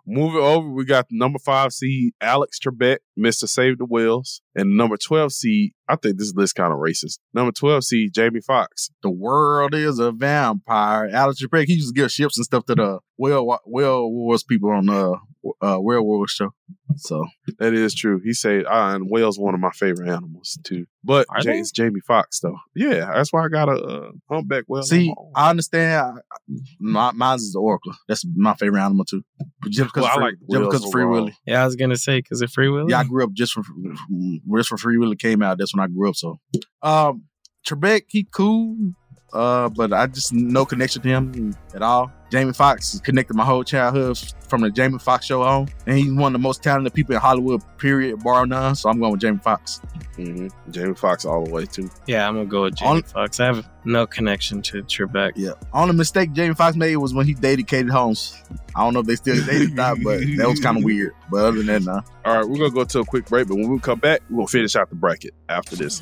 A: Moving over, we got the number five seed Alex Trebek, Mister Save the Whales, and the number twelve seed. I think this list kind of racist. Number twelve seed Jamie Foxx.
B: The world is a vampire. Alex Trebek, he used to give ships and stuff to the well well wars people on uh uh werewolf show. So
A: That is true. He said, ah, and whales one of my favorite animals too. But
C: Are
A: Ja-
C: they?
A: it's Jamie Foxx though. Yeah, that's why I got a uh, humpback whale. on
B: see,
A: my arm.
B: I understand. My mine's is the Oracle. That's my favorite animal too. Just because
A: Well, I
B: of free,
A: like
B: just because of
A: whales
B: free
A: overall.
B: Willy.
C: Yeah, I was gonna say because of Free Will.
B: Yeah, I grew up just for just for Free Willy came out. That's when I grew up. So, um, Trebek, he cool, uh, but I just no connection to him at all. Jamie Foxx is connected my whole childhood from the Jamie Foxx show on, and he's one of the most talented people in Hollywood. Period, bar none. So I'm going with Jamie Foxx.
A: Mhm. Jamie Foxx all the way too.
C: yeah, I'm gonna go with Jamie
B: On-
C: Foxx. I have no connection to Trebek.
B: Yeah. Only mistake Jamie Foxx made was when he dated Katie Holmes. I don't know if they still dated or not, but that was kind of weird. But other than that, nah.
A: All right, we're gonna go to a quick break, but when we come back, we're gonna finish out the bracket after this.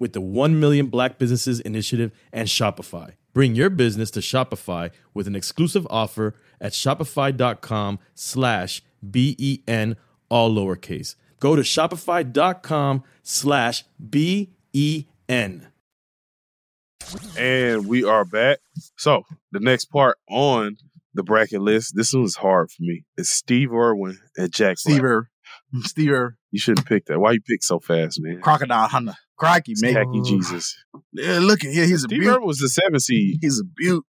A: with the 1 Million Black Businesses Initiative and Shopify. Bring your business to Shopify with an exclusive offer at shopify.com slash B-E-N, all lowercase. Go to shopify.com slash E B-E-N.
E: And we are back. So the next part on the bracket list, this one was hard for me. It's Steve Irwin and Jack. Black.
B: Steve Irwin. Steve Irwin.
E: You shouldn't pick that. Why you pick so fast, man?
B: Crocodile Hunter. Crikey,
E: It's
B: mate.
E: Khaki Jesus.
B: Yeah, look at here. He's a
E: Steve
B: beaut.
E: Irwin was the seven seed.
B: He's a beaut.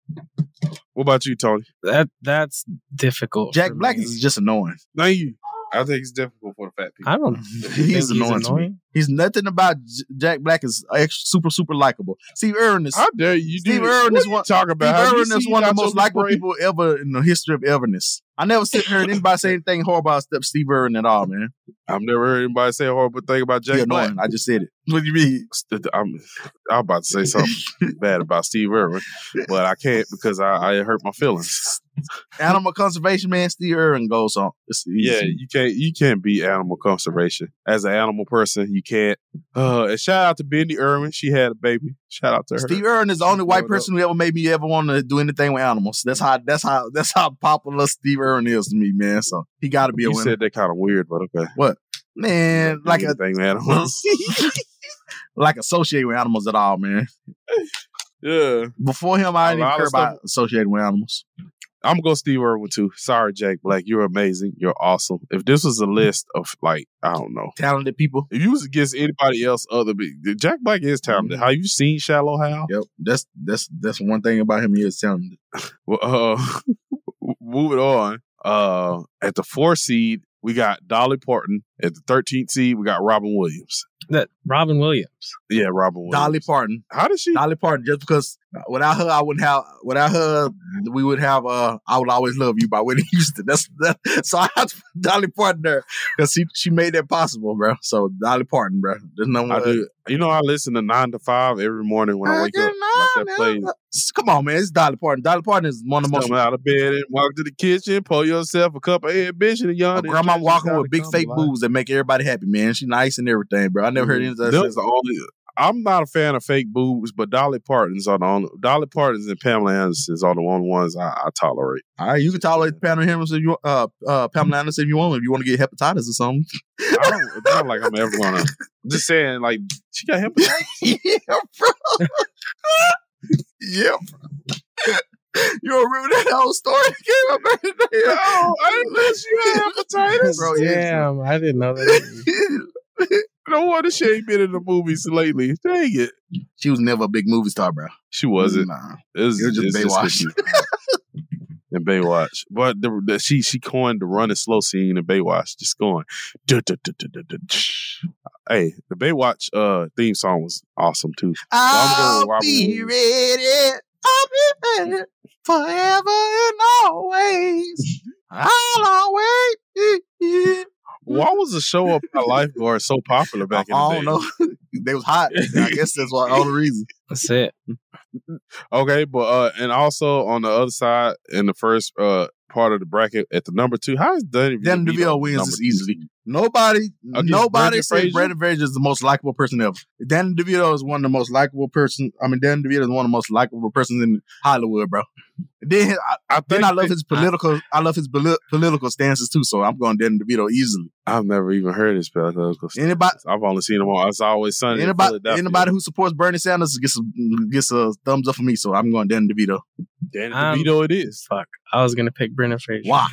E: What about you, Tony?
C: That that's difficult.
B: Jack
C: for
B: Black
C: me.
B: is just annoying.
E: Thank you. I think it's difficult for the fat people.
C: I don't.
B: He's annoying to me. He's nothing about J- Jack Black is ex- super, super likable. Steve Irwin is
E: How dare you do
B: Steve
E: this?
B: Irwin
E: What
B: is
E: you
B: one-
E: talking
B: Steve
E: about? Have you
B: Irwin is
E: seen
B: one of the
E: Nacho
B: most likable
E: Libre?
B: people ever in the history of everness. I never sit here and anybody say anything horrible about Steve Irwin at all, man.
E: I've never heard anybody say a horrible thing about
B: He
E: Jack Black.
B: annoying. I just said it. What do you mean?
E: St- I'm, I'm about to say something bad about Steve Irwin, but I can't because I, I hurt my feelings.
B: Animal conservation, man. Steve Irwin goes on. It's easy.
A: Yeah, you can't you can't beat animal conservation. As an animal person, you can't. Uh, and shout out to Bendy Irwin. She had a baby. Shout out to her.
B: Steve Irwin is the only
A: Growing
B: white
A: up.
B: person who ever made me ever want to do anything with animals. That's how that's how that's how popular Steve Irwin is to me, man. So he got to be a
A: you
B: winner,
A: said that kind of weird, but okay.
B: What? man. Like a
A: Anything with animals.
B: like associate with animals at all, man.
A: yeah.
B: Before him, I didn't even
A: lot of
B: care about
A: stuff-
B: associating with animals.
A: I'm gonna go Steve Irwin too. Sorry, Jack Black. You're amazing. You're awesome. If this was a list of like, I don't know,
B: Talented people.
A: if you was against anybody else other than Jack Black is talented.
B: Mm-hmm.
A: How you seen Shallow Hal?
B: Yep. That's that's that's one thing about him. He is talented.
A: Well, uh, moving on. Uh, at the four seed, we got Dolly Parton. At the 13th seed, we got Robin Williams.
C: That Robin Williams.
A: Yeah, Robin Williams.
B: Dolly Parton.
A: How did she?
B: Dolly Parton. Just because without her, I wouldn't have. Without her, we would have. Uh, I would always love you by Whitney Houston. That's that. So I have to put Dolly Parton there because she she made that possible, bro. So Dolly Parton, bro. There's no one.
A: I do. You know, I listen to nine to five every morning when I wake up. Like that plays.
B: Come on, man. It's Dolly Parton. Dolly Parton is one of the most.
A: Come out of bed and walk to the kitchen, pour yourself a cup of ambition, and y'all.
B: A grandma walking with big fake boobs that make everybody happy, man. She nice and everything, bro. I never heard any of that.
A: Them's the only. I'm not a fan of fake boobs, but Dolly Parton's are the only. Dolly Parton's and Pamela Anderson's are the only ones I, I tolerate.
B: All right, you can tolerate Pamela Harris if you uh, uh Pamela Anderson if you want. If you want to get hepatitis or something,
A: I don't, it's not like I'm ever gonna. Just saying, like she got him.
B: yeah, bro. yeah, bro. You don't remember that whole story that came up back in the day? Oh,
A: Oh,
B: Bro, yeah.
C: Damn, I didn't know that.
A: No wonder she ain't been in the movies lately. Dang it,
B: She was never a big movie star, bro.
A: she wasn't.
B: Nah.
A: It was,
B: It was Mm, just
A: it's
B: Baywatch.
A: just- and Baywatch, but the, the, she she coined the run and slow scene in Baywatch. Just going, duh, duh, duh, duh, duh, duh, tsh. hey, the Baywatch uh, theme song was awesome too.
B: I'll
A: I'm going with Robin
B: be
A: Williams.
B: ready. I'll be ready forever and always. I'll always. be here.
A: Why was the show about lifeguards so popular back in the
B: I
A: day?
B: don't know. they was hot. I guess that's why all the reason.
C: That's it.
A: Okay, but uh and also on the other side in the first uh part of the bracket at the number two, how is E Dunn
B: Dan DeVille E wins this easily. Nobody,
A: Against
B: nobody
A: Brendan
B: says
A: Fraser?
B: Brandon Frazier is the most likable person ever. Dan DeVito is one of the most likable person. I mean, Dan DeVito is one of the most likable persons in Hollywood, bro. Then I,
A: I think
B: then I love his political. I, love his poli- political stances too. So I'm going Dan DeVito easily.
A: I've never even heard his political stuff.
B: Anybody,
A: I've only seen him on It's Always Sunny. in
B: anybody,
A: Philadelphia.
B: anybody who supports Bernie Sanders gets a, gets a thumbs up for me. So I'm going Dan DeVito.
A: Dan
C: Um,
A: DeVito it is.
C: Fuck. I was gonna pick Brendan Fraser.
B: Why?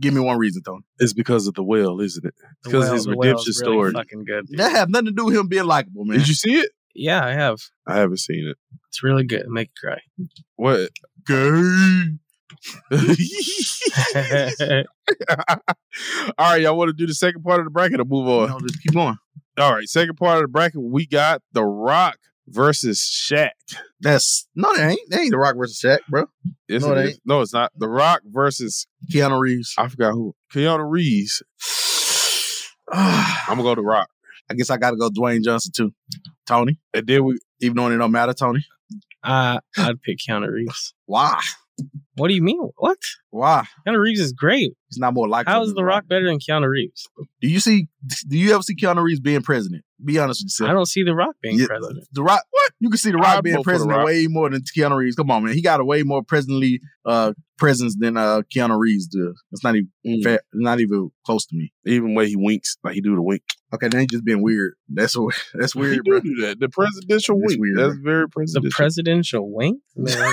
B: Give me one reason, Tony.
A: It's because of the whale, isn't it?
C: The
A: Because
C: Whale-
A: his
C: The Whale's
A: redemption
C: really
A: story.
C: Fucking good. dude.
B: That have nothing to do with him being likable, man.
A: Did you see it?
C: Yeah, I have.
A: I haven't seen it.
C: It's really good. Make you cry.
A: What? All right, y'all want to do the second part of the bracket or move on?
B: No, just keep going.
A: All right, second part of the bracket, we got The Rock versus Shaq.
B: That's no, that ain't. That ain't the Rock versus Shaq, bro.
A: Yes,
B: No,
A: it
B: it
A: is. no, it's not. The Rock versus
B: Keanu Reeves.
A: I forgot who. Keanu Reeves.
B: I
A: I'm gonna go to Rock,
B: guess I got to go Dwayne Johnson too. Tony,
A: and then we
B: even though it don't matter, Tony.
C: Uh, I'd pick Keanu Reeves.
B: Why?
C: What do you mean? What?
B: Why?
C: Keanu Reeves is great.
B: He's not more likely.
C: How is The Rock better than Keanu Reeves?
B: Do you see? Do you ever see Keanu Reeves being president? Be honest with
C: I
B: yourself.
C: don't see The Rock being
B: Yeah.
C: president.
B: The Rock. What? You can see The Rock
A: I'd vote
B: being
A: for The
B: president
A: Rock.
B: way more than Keanu Reeves. Come on, man. He got a way more presidently uh, presence than uh, Keanu Reeves does. It's not even
A: Mm.
B: fair, not even close to me.
A: even way he winks, like he do the wink.
B: Okay, then he just being weird. That's what. That's
A: he
B: weird,
A: do
B: bro.
A: do that. The presidential
B: That's
A: wink.
B: weird,
A: That's
B: bro.
A: very
C: The
A: presidential.
C: presidential wink? Man,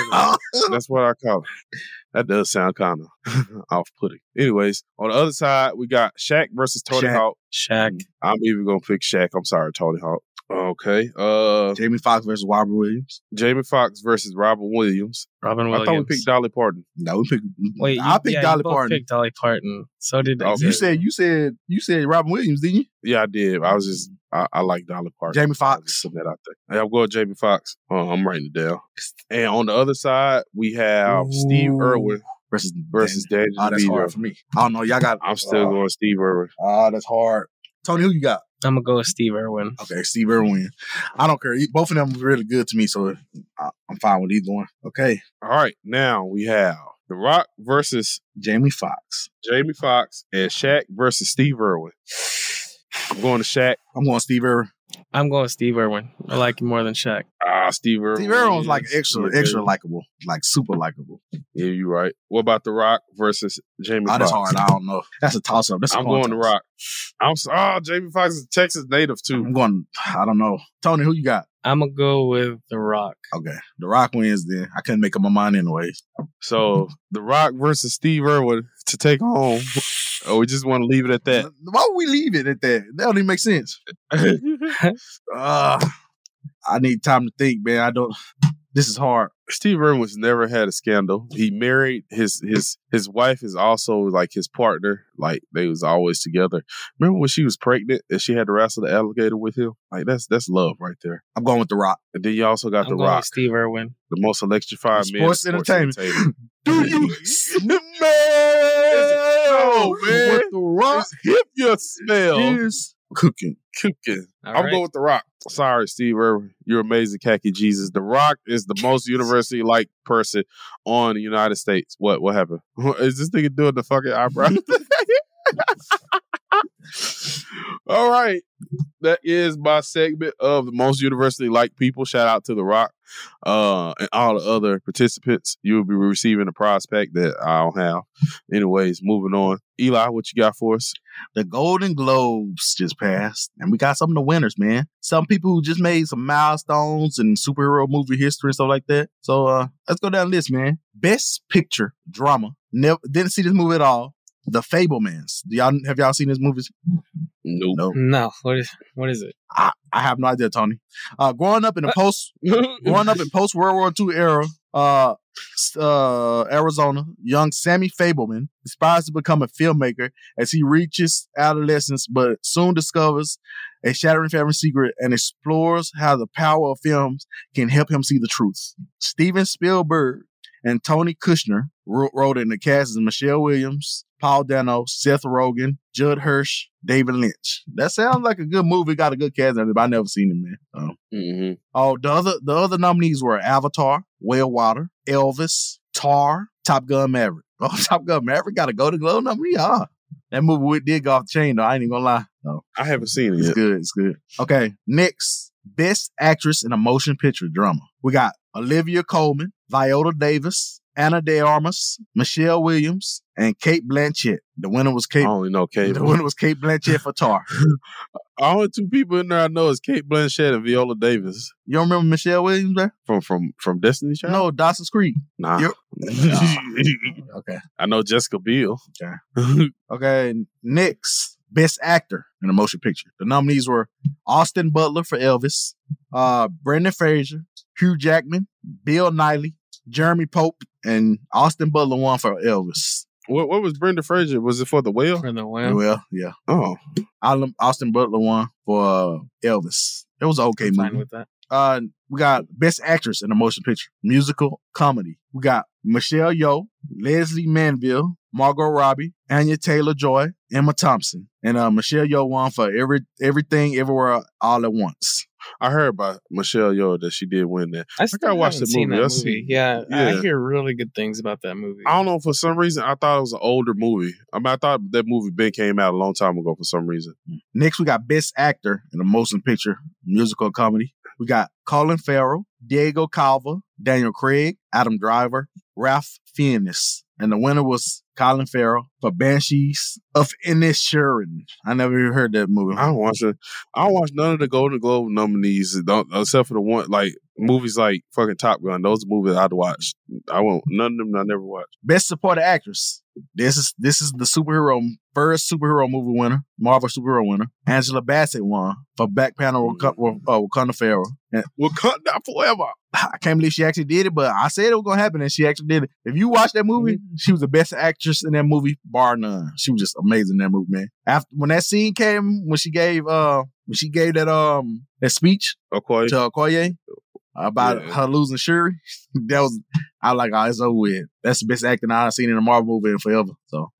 A: That's what I call it. That does sound kind of off-putting. Anyways, on the other side, we got Shaq versus Tony
B: Shaq.
A: Hawk.
C: Shaq.
A: I'm even gonna pick Shaq. I'm sorry, Tony Hawk. Okay. Uh,
B: Jamie Foxx versus Robert Williams.
A: Jamie Fox versus Robert Williams.
C: Robin
A: I
C: Williams.
A: thought we picked Dolly Parton.
B: No, we picked.
C: Wait,
B: I
C: you-
B: picked
C: yeah, you
B: Dolly
C: both
B: Parton.
C: picked Dolly Parton. So did
A: Oh,
B: You said you said you said Robin Williams, didn't you?
A: Yeah, I did. I was just I, I like Dolly Parton.
B: Jamie
A: I was
B: Foxx.
A: just putting that out there. Yeah, I'm going Jamie Foxx. Uh, I'm writing it down. And on the other side, we have Steve
B: Ooh.
A: Irwin
B: versus
A: versus Daniel
B: Oh, that's hard
A: DeVito.
B: for me. I don't know. Y'all got.
A: I'm still
B: Uh,
A: going Steve Irwin.
B: Ah, that's hard. Tony, who you got?
C: I'm gonna go with Steve Irwin.
B: Okay, Steve Irwin. I don't care. You- Both of them really good to me, so I, I'm fine with either one. Okay,
A: All right, now we have The Rock versus
B: Jamie Foxx.
A: Jamie Foxx and Shaq versus Steve Irwin. I'm going to Shaq.
B: I'm going Steve Irwin.
C: I'm going Steve Irwin. I like him more than Shaq.
A: Ah, Steve Irwin.
B: Steve Irwin's like
A: is-
B: extra,
A: yeah,
B: extra likable, like super likable.
A: Yeah, you're right. What about The Rock versus Jamie
B: Oh, that's
A: Foxx?
B: hard. I don't know. That's a toss up. That's a
A: I'm
B: coin
A: going The
B: toss.
A: Rock. I'm so, oh, Jamie Foxx is a Texas native too.
B: I'm going. I don't know. Tony, who you got?
C: I'm gonna go with The Rock.
B: Okay, The Rock wins. Then I couldn't make up my mind anyway.
A: So The Rock versus Steve Irwin to take home. Oh, we just want to leave it at that.
B: Why would we leave it at that? That don't even make sense. Uh, I need time to think, man. I don't. This is hard.
A: Steve Irwin was never had a scandal. He married his his his wife is also like his partner. Like they was always together. Remember when she was pregnant and she had to wrestle the alligator with him? Like that's that's love right there.
B: I'm going with The Rock.
A: And then you also got
C: I'm
A: the
C: going
A: Rock,
C: with Steve Irwin.
A: the most electrified man. in
B: Sports entertainment. Do you smell
A: No, man.
B: what The Rock
A: It's If you smell
B: is cooking?
A: cooking. I'm
C: All right.
A: going with The Rock. Sorry, Steve Irwin. You're amazing, Khaki Jesus. The Rock is the most university like person on the United States. What what happened? Is this nigga doing the fucking eyebrow? All right. That is my segment of the most university like people. Shout out to The Rock uh, and all the other participants. You'll be receiving a prize pack that I don't have. Anyways, moving on. Eli, what you got for us?
B: The Golden Globes just passed, and we got some of the winners, man. Some people who just made some milestones in superhero movie history and stuff like that. So uh, let's go down the list, man. Best Picture Drama. Never didn't see this movie at all. The Fablemans. Do y'all have y'all seen this movie?
A: Nope.
B: No.
C: No, what is what is it?
B: I, I have no idea, Tony. Uh, growing up in the post growing up in post World War II era, uh, s- uh, Arizona, young Sammy Fableman aspires to become a filmmaker as he reaches adolescence, but soon discovers a shattering family secret and explores how the power of films can help him see the truth. Steven Spielberg and Tony Kushner wrote, wrote it in the cast as Michelle Williams, Paul Dano, Seth Rogen, Judd Hirsch, David Lynch. That sounds like a good movie. Got a good cast, in it, but I never seen it, man. Um,
A: Mm-hmm.
B: Oh, the other the other nominees were Avatar, Whale Water, Elvis, Tar, Top Gun Maverick. Oh, Top Gun Maverick got a Golden Globe nominee. Ah, that movie we did go off the chain though. I ain't even gonna lie. No,
A: I haven't seen it
B: it's
A: yet.
B: good. It's good. Okay, next best actress in a motion picture drama. We got Olivia Colman, Viola Davis, Anna De Armas, Michelle Williams, and Kate Blanchett. The winner was
A: I
B: Kate.
A: only know Kate.
B: the winner was Kate Blanchett for Tar.
A: Only two people in there I know is Kate Blanchett and Viola Davis
B: You don't remember Michelle Williams, bro?
A: from from from Destiny Child.
B: No, Dawson's Creek.
A: nah.
B: you're- Okay.
A: I know Jessica Biel.
B: Okay, next best actor in a motion picture. The nominees were Austin Butler for Elvis, uh, Brendan Fraser, Hugh Jackman, Bill Nighy, Jeremy Pope, and Austin Butler won for Elvis.
A: what what was Brenda Fraser? Was it for the whale?
C: For the win.
B: Well, yeah,
A: Oh,
B: Al- Austin Butler won for uh, Elvis. It was an okay
C: I'm fine
B: movie.
C: with that.
B: Uh, we got best actress in a motion picture, musical, comedy. We got Michelle Yeoh, Leslie Manville, Margot Robbie, Anya Taylor Joy, Emma Thompson, and uh, Michelle Yeoh won for every everything, everywhere, all at once.
A: I heard about Michelle Yeoh that she did win that.
C: I still
A: watch
C: haven't
A: the
C: seen
A: movie. I
C: that
A: see-
C: movie. Yeah,
A: yeah.
C: I hear really good things about that movie.
A: I don't know for some reason I thought it was an older movie. I mean I thought that movie Ben came out a long time ago for some reason.
B: Mm. Next, we got best actor in a motion picture, musical, comedy. We got Colin Farrell, Diego Calva, Daniel Craig, Adam Driver, Ralph Fiennes, and the winner was Colin Farrell for Banshees of Inisherin. I never even heard that movie.
A: I don't watch it. I don't watch none of the Golden Globe nominees that don't, except for the one like movies like fucking Top Gun. Those are movies I'd watch. I won't none of them I never watched.
B: Best supporting actress. This is this is the superhero first superhero movie winner, Marvel superhero winner. Angela Bassett won for Black Panther Wakanda, uh, Wakanda Forever. And
A: Mm. Wakanda forever.
B: I can't believe she actually did it, but I said it was gonna happen, and she actually did it. If you watch that movie,
A: Mm-hmm.
B: she was the best actress in that movie, bar none. She was just amazing in that movie, man. After when that scene came, when she gave uh when she gave that um that speech
A: Okay.
B: to Okoye about
A: Yeah.
B: her losing Shuri, that was I was like, oh, it's over with. That's the best acting I've seen in a Marvel movie in forever. So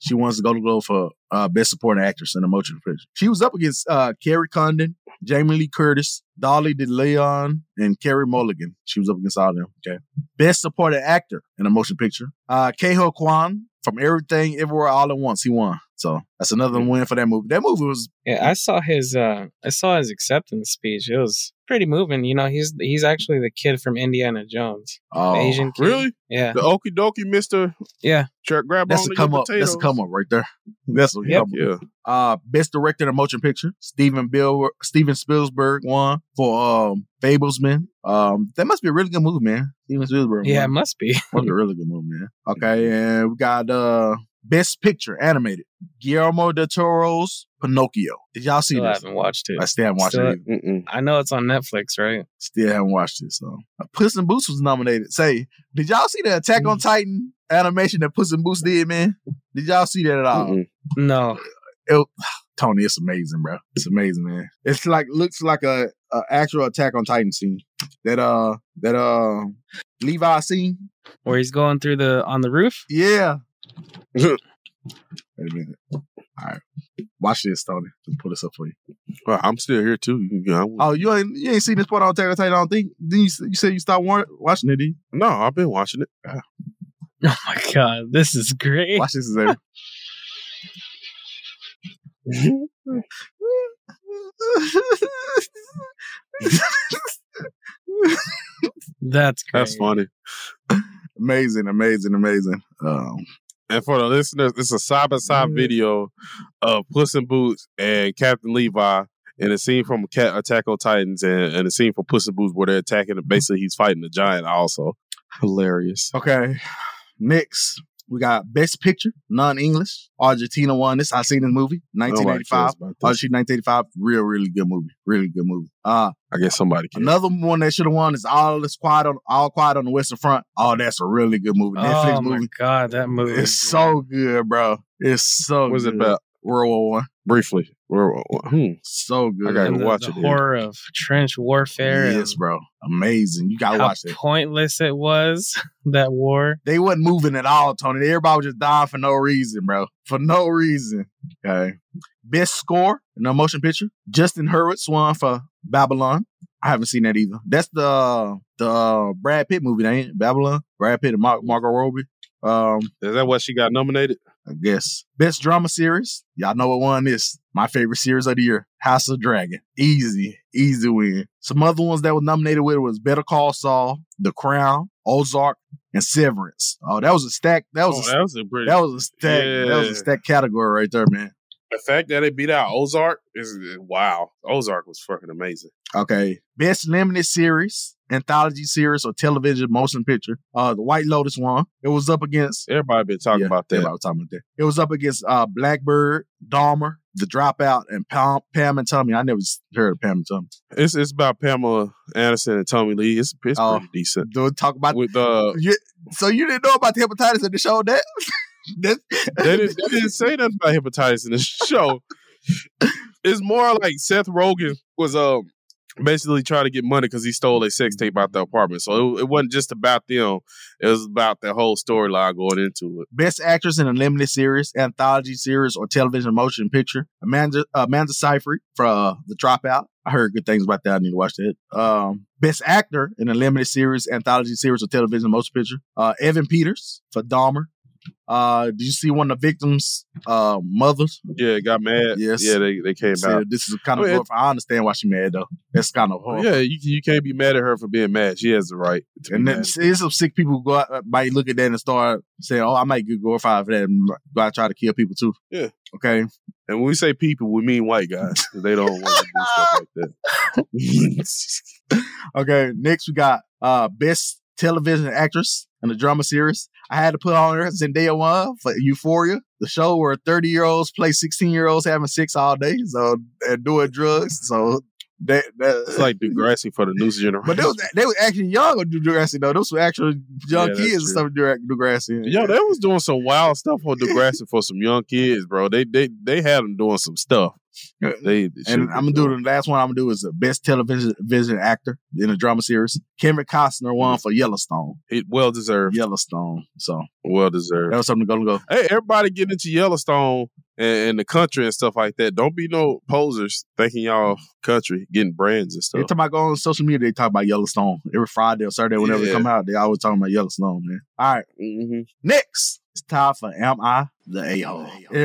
B: she wants to go to Globe for uh, best supporting actress in a motion picture. She was up against uh, Carrie Condon, Jamie Lee Curtis, Dolly DeLeon, and Kerry Mulligan. She was up against all of them. Okay. Best supporting actor in a motion picture. Uh Keho Kwan from Everything Everywhere All at Once. He won. So that's another win for that movie. That movie was
C: Yeah, I saw his uh I saw his acceptance speech. It was pretty moving. You know, he's he's actually the kid from Indiana Jones.
B: Oh,
C: the Asian kid.
A: really?
C: Yeah.
A: The okie dokie, Mister.
C: Yeah.
A: Chuck, grab
B: That's a
A: on to
B: come
A: your
B: up. That's a
A: potatoes.
B: come up right there. That's a
C: Yep.
B: come
A: Yeah.
B: Uh, best director in a motion picture, Steven Bill, Steven Spielberg won for um, Fablesman. Um, that must be a really good movie, man. Steven Spielberg.
C: Yeah, it
B: won.
C: must be.
B: must be a really good movie, man. Okay, and we got uh, best picture animated, Guillermo del Toro's Pinocchio. Did y'all see
C: Still
B: this?
C: Oh, haven't watched it.
B: I still haven't watched
C: Still-
B: it. Either.
A: Mm-mm.
C: I know it's on Netflix, right?
B: Still haven't watched it. So Uh, Puss in Boots was nominated. Say, did y'all see the Attack
C: Mm.
B: on Titan animation that Puss in Boots did, man? Did y'all see that at all?
A: Mm-mm.
C: No.
B: it, Tony, it's amazing, bro. It's amazing, man. It's like looks like a, a actual Attack on Titan scene. That uh that uh Levi scene.
C: Where he's going through the on the roof?
B: Yeah. Wait a minute. All right, watch this, Tony. Just pull this up for you.
A: Well, I'm still here too. You can go.
B: Oh, you ain't you ain't seen this part on Attack on Titan? I don't think. Then you, s- you said you stopped war- watching it. Did you?
A: no, I've been watching it.
C: Oh my god, this is great.
B: Watch this, Xavier.
C: That's great.
A: That's funny.
B: amazing, amazing, amazing. Um,
A: And for the listeners, it's a side by
B: Mm.
A: side video of Puss in Boots and Captain Levi, and a scene from Cat Attack on Titans, and, and a scene from Puss in Boots where they're attacking. And basically, he's fighting the giant. Also, hilarious.
B: Okay. Next, we got Best Picture, non English. Argentina won this. I seen this movie, Oh,
A: Nobody
B: 1985.
A: cares about this.
B: Argentina 1985, real, really good movie. Really good movie. Uh,
A: I guess somebody can.
B: another one that should have won is All This Quiet on All Quiet on the Western Front. Oh, that's a really good movie. Netflix
C: oh my
B: movie.
C: god, that movie.
B: It's
C: is
B: so good, bro. It's so
A: What was it
B: good.
A: about?
B: World War One.
A: Briefly, Where- hmm.
B: So good.
A: I gotta
C: And the,
A: watch
C: the
A: it, dude.
C: horror of trench warfare. and
B: Yes, bro. Amazing. You gotta
C: how
B: watch it.
C: pointless it was that war.
B: They wasn't moving at all, Tony. Everybody was just dying for no reason, bro. For no reason. Okay. Best score in a motion picture. Justin Hurwitz won for Babylon. I haven't seen that either. That's the the Brad Pitt movie, ain't it? Babylon. Brad Pitt and Mar- Margot Robbie. Um,
A: Is that what she got nominated?
B: I guess. Best drama series. Y'all know what one is. My favorite series of the year, House of Dragon. Easy, easy win. Some other ones that were nominated with was Better Call Saul, The Crown, Ozark, and Severance. Oh, that was a stack. That was
A: Oh,
B: a
A: that was a pretty.
B: that was a stack. That was
A: Yeah.
B: a stack category right there, man.
A: the fact that they beat out Ozark is wow. Ozark was fucking amazing.
B: Okay. Best limited series, anthology series, or television motion picture. Uh, the White Lotus one. It was up against.
A: Everybody been talking
B: Yeah,
A: about that.
B: everybody was talking about that. It was up against uh, Blackbird, Dahmer, The Dropout, and Pam, Pam and Tommy. I never s- heard of Pam and Tommy.
A: It's it's about Pamela Anderson and Tommy Lee. It's, it's
B: Oh.
A: pretty decent.
B: Don't talk about.
A: With uh,
B: You- so you didn't know about the hepatitis in the show that. That-
A: they didn't, they didn't say nothing about hepatitis in the show. it's more like Seth Rogen was um basically trying to get money because he stole a sex tape out the apartment. So it, it wasn't just about them. It was about the whole storyline going into it.
B: Best actress in a limited series, anthology series, or television motion picture. Amanda Amanda Seyfried for uh, The Dropout. I heard good things about that. I need to watch that. Um, best actor in a limited series, anthology series, or television motion picture. Uh, Evan Peters for Dahmer. Uh, did you see one of the victims' uh, mothers?
A: Yeah, it got mad.
B: Yes.
A: Yeah, they, they came out.
B: Said this is kind of.
A: I mean, it-
B: rough. I understand why she mad though. That's kind of horrible.
A: Oh, Yeah, you, you can't be mad at her for being mad. She has the right. To
B: And
A: be
B: then
A: mad.
B: see, there's some sick people who go out, uh, might look at that and start saying, "Oh, I might get glorified for that." And go out and try to kill people too.
A: Yeah.
B: Okay.
A: And when we say people, we mean white guys. 'cause They don't want to do stuff like that.
B: Okay, next we got uh best television actress in a drama series. I had to put on her Zendaya one for Euphoria, the show where thirty year olds play sixteen year olds having sex all day, so and doing drugs. So that
A: It's
B: that's
A: like Degrassi for the new generation.
B: but they was they was actually young on Degrassi though. Those were actual young
A: Yeah, that's
B: kids and stuff on Degrassi.
A: Yo, they was doing some wild stuff on Degrassi for some young kids, bro. They they they had them doing some stuff. They
B: And I'm gonna do the last one. I'm gonna do is the best television vision actor in a drama series. Kevin Costner won
A: Mm-hmm.
B: for Yellowstone.
A: it well deserved.
B: Yellowstone. So
A: Well
B: that
A: deserved.
B: was something to go to go.
A: Hey, everybody get into Yellowstone and, and the country and stuff like that. Don't be no posers thinking y'all country getting brands and
B: Every
A: stuff.
B: time I go on social media, they talk about Yellowstone. Every Friday or Saturday, whenever they
A: Yeah.
B: come out, they always talking about Yellowstone, man. All right.
A: Mm-hmm.
B: Next, it's time for Am I the A hole? Everybody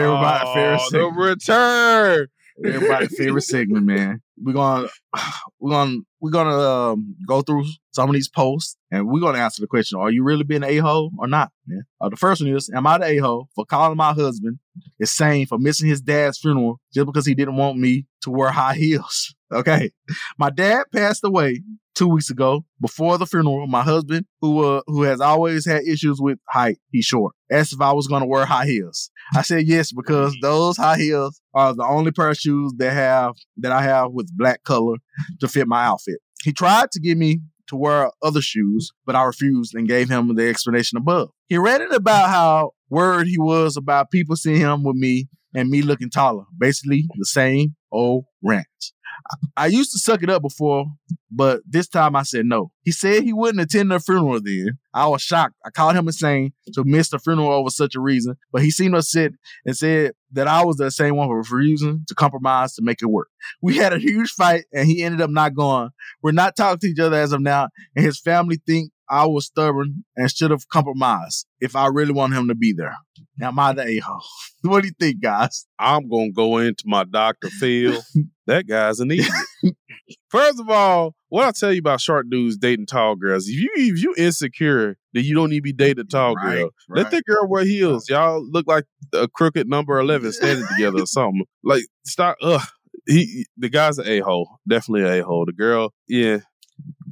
A: Oh,
B: favorite
A: the
B: segment.
A: return.
B: Everybody favorite segment, man. We're gonna we're gonna we're gonna um, go through some of these posts and we're gonna answer the question: Are you really being an a hole or not? Man, uh, the first one is: Am I the a hole for calling my husband insane for missing his dad's funeral just because he didn't want me to wear high heels? Okay, my dad passed away two weeks ago. Before the funeral, my husband, who uh, who has always had issues with height, he's short, asked if I was going to wear high heels. I said yes because those high heels are the only pair of shoes that have that I have with black color to fit my outfit. He tried to get me to wear other shoes, but I refused and gave him the explanation above. He read it about how worried he was about people seeing him with me and me looking taller. Basically, the same old rant. I used to suck it up before, but this time I said no. He said he wouldn't attend the funeral then. I was shocked. I called him insane to miss the funeral over such a reason, but he seemed upset and said that I was the same one for refusing to compromise to make it work. We had a huge fight and he ended up not going. We're not talking to each other as of now, and his family think I was stubborn and should have compromised if I really want him to be there. Now, my the a hole. What do you think, guys?
A: I'm gonna go into my Dr. Phil. that guy's an idiot. First of all, what I tell you about short dudes dating tall girls, if you if you insecure, then you don't need to be dating a tall
B: Right,
A: girl.
B: right.
A: Let that girl wear heels. Y'all look like a crooked number eleven standing together or something. Like stop ugh. He the guy's an a hole. Definitely a hole. The girl, yeah.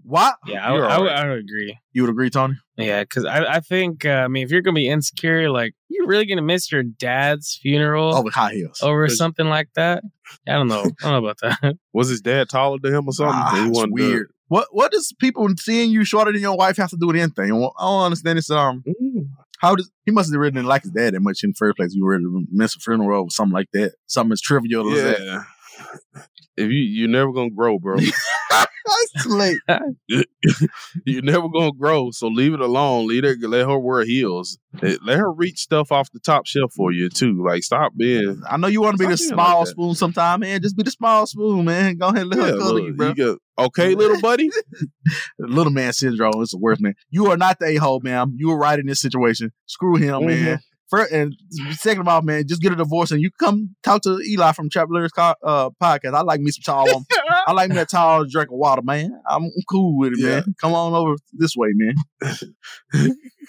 B: What?
C: Yeah, I,
A: Oh, You're
C: would- I,
A: all
C: would,
A: right.
C: I would agree.
B: You would agree, Tony?
C: Yeah, because I, I think, uh, I mean, if you're going to be insecure, like, you're really going to miss your dad's funeral
B: Oh, with high heels.
C: over something like that? I don't know. I don't know about that.
A: Was his dad taller than him or something?
B: Ah,
A: He
B: it's
A: wasn't good.
B: weird. What what does people seeing you shorter than your wife have to do with anything? Well, I don't understand this. Um, how does he must have really didn't like his dad that much in the first place? You were to miss a funeral or something like that. Something as trivial as that.
A: Yeah. If you you're never gonna grow, bro.
B: That's late.
A: You're never gonna grow, so leave it alone. Leave her, let her wear heels. Eh, Let her reach stuff off the top shelf for you too. Like stop being.
B: I know you want to be the
A: Stop being
B: small
A: like that.
B: spoon sometime, man. Just be the small spoon, man. Go ahead, and let
A: Yeah,
B: her cuddle
A: look,
B: you, bro.
A: you go, okay, little buddy.
B: Little man syndrome is the worst, man. You are not the a hole, ma'am. You were right in this situation. Screw him, man. First, and second of all, man, just get a divorce and you come talk to Eli from Trap Lyrics co- uh, podcast. I like me some tall woman. I like me a tall drink of water, man. I'm cool with it, man. Come on over this way, man.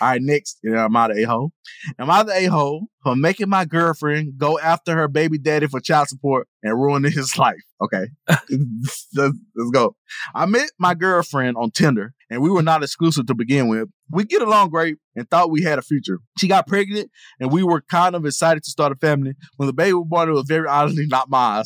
B: all right, next, you know, I'm out of a hole. Am I the a hole for making my girlfriend go after her baby daddy for child support and ruining his life? Okay, let's, let's go. I met my girlfriend on Tinder, and we were not exclusive to begin with. We get along great and thought we had a future. She got pregnant, and we were kind of excited to start a family. When the baby was born, it was very honestly not mine.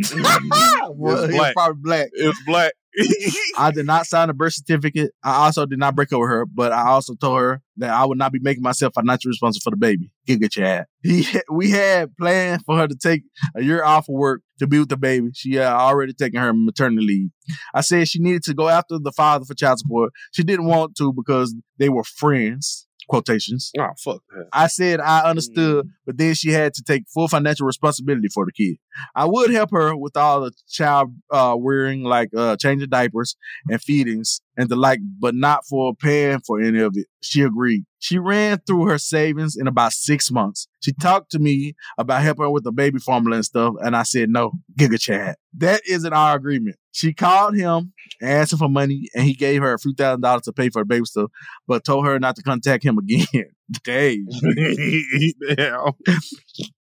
B: well, he was
A: black.
B: probably black.
A: It's black.
B: I did not sign a birth certificate. I also did not break up with her, but I also told her that I would not be making myself financially responsible for the baby. Get get your ass. He, we had planned for her to take a year off of work to be with the baby. She had already taken her maternity leave. I said she needed to go after the father for child support. She didn't want to because they were friends. Quotations.
A: oh fuck. that.
B: I said I understood, but then she had to take full financial responsibility for the kid. I would help her with all the child uh, wearing, like uh, changing diapers and feedings and the like, but not for paying for any of it. She agreed. She ran through her savings in about six months. She talked to me about helping her with the baby formula and stuff, and I said no, Giga Chad. That isn't our agreement. She called him, asked him for money, and he gave her a few thousand dollars to pay for the baby stuff, but told her not to contact him again. Dang.
A: yeah.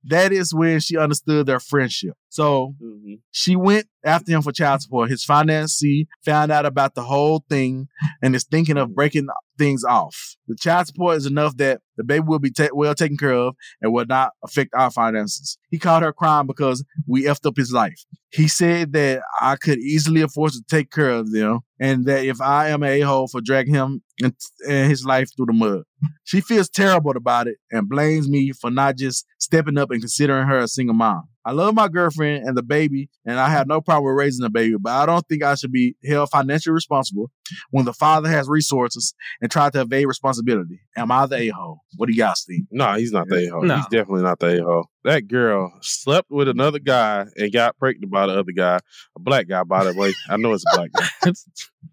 B: That is when she understood their friendship. So she went after him for child support. His financier found out about the whole thing and is thinking of breaking things off. The child support is enough that the baby will be ta- well taken care of and will not affect our finances. He called her crying because we effed up his life. He said that I could easily afford to take care of them and that if I am a hole for dragging him and, and his life through the mud. She feels terrible about it and blames me for not just stepping up and considering her a single mom. I love my girlfriend and the baby, and I have no problem with raising the baby, but I don't think I should be held financially responsible when the father has resources and tried to evade responsibility. Am I the a hole? What do you guys think?
A: No, he's not the a hole.
B: No.
A: He's definitely not the a hole. That girl slept with another guy and got pregnant by the other guy, a black guy, by the way. I know it's a black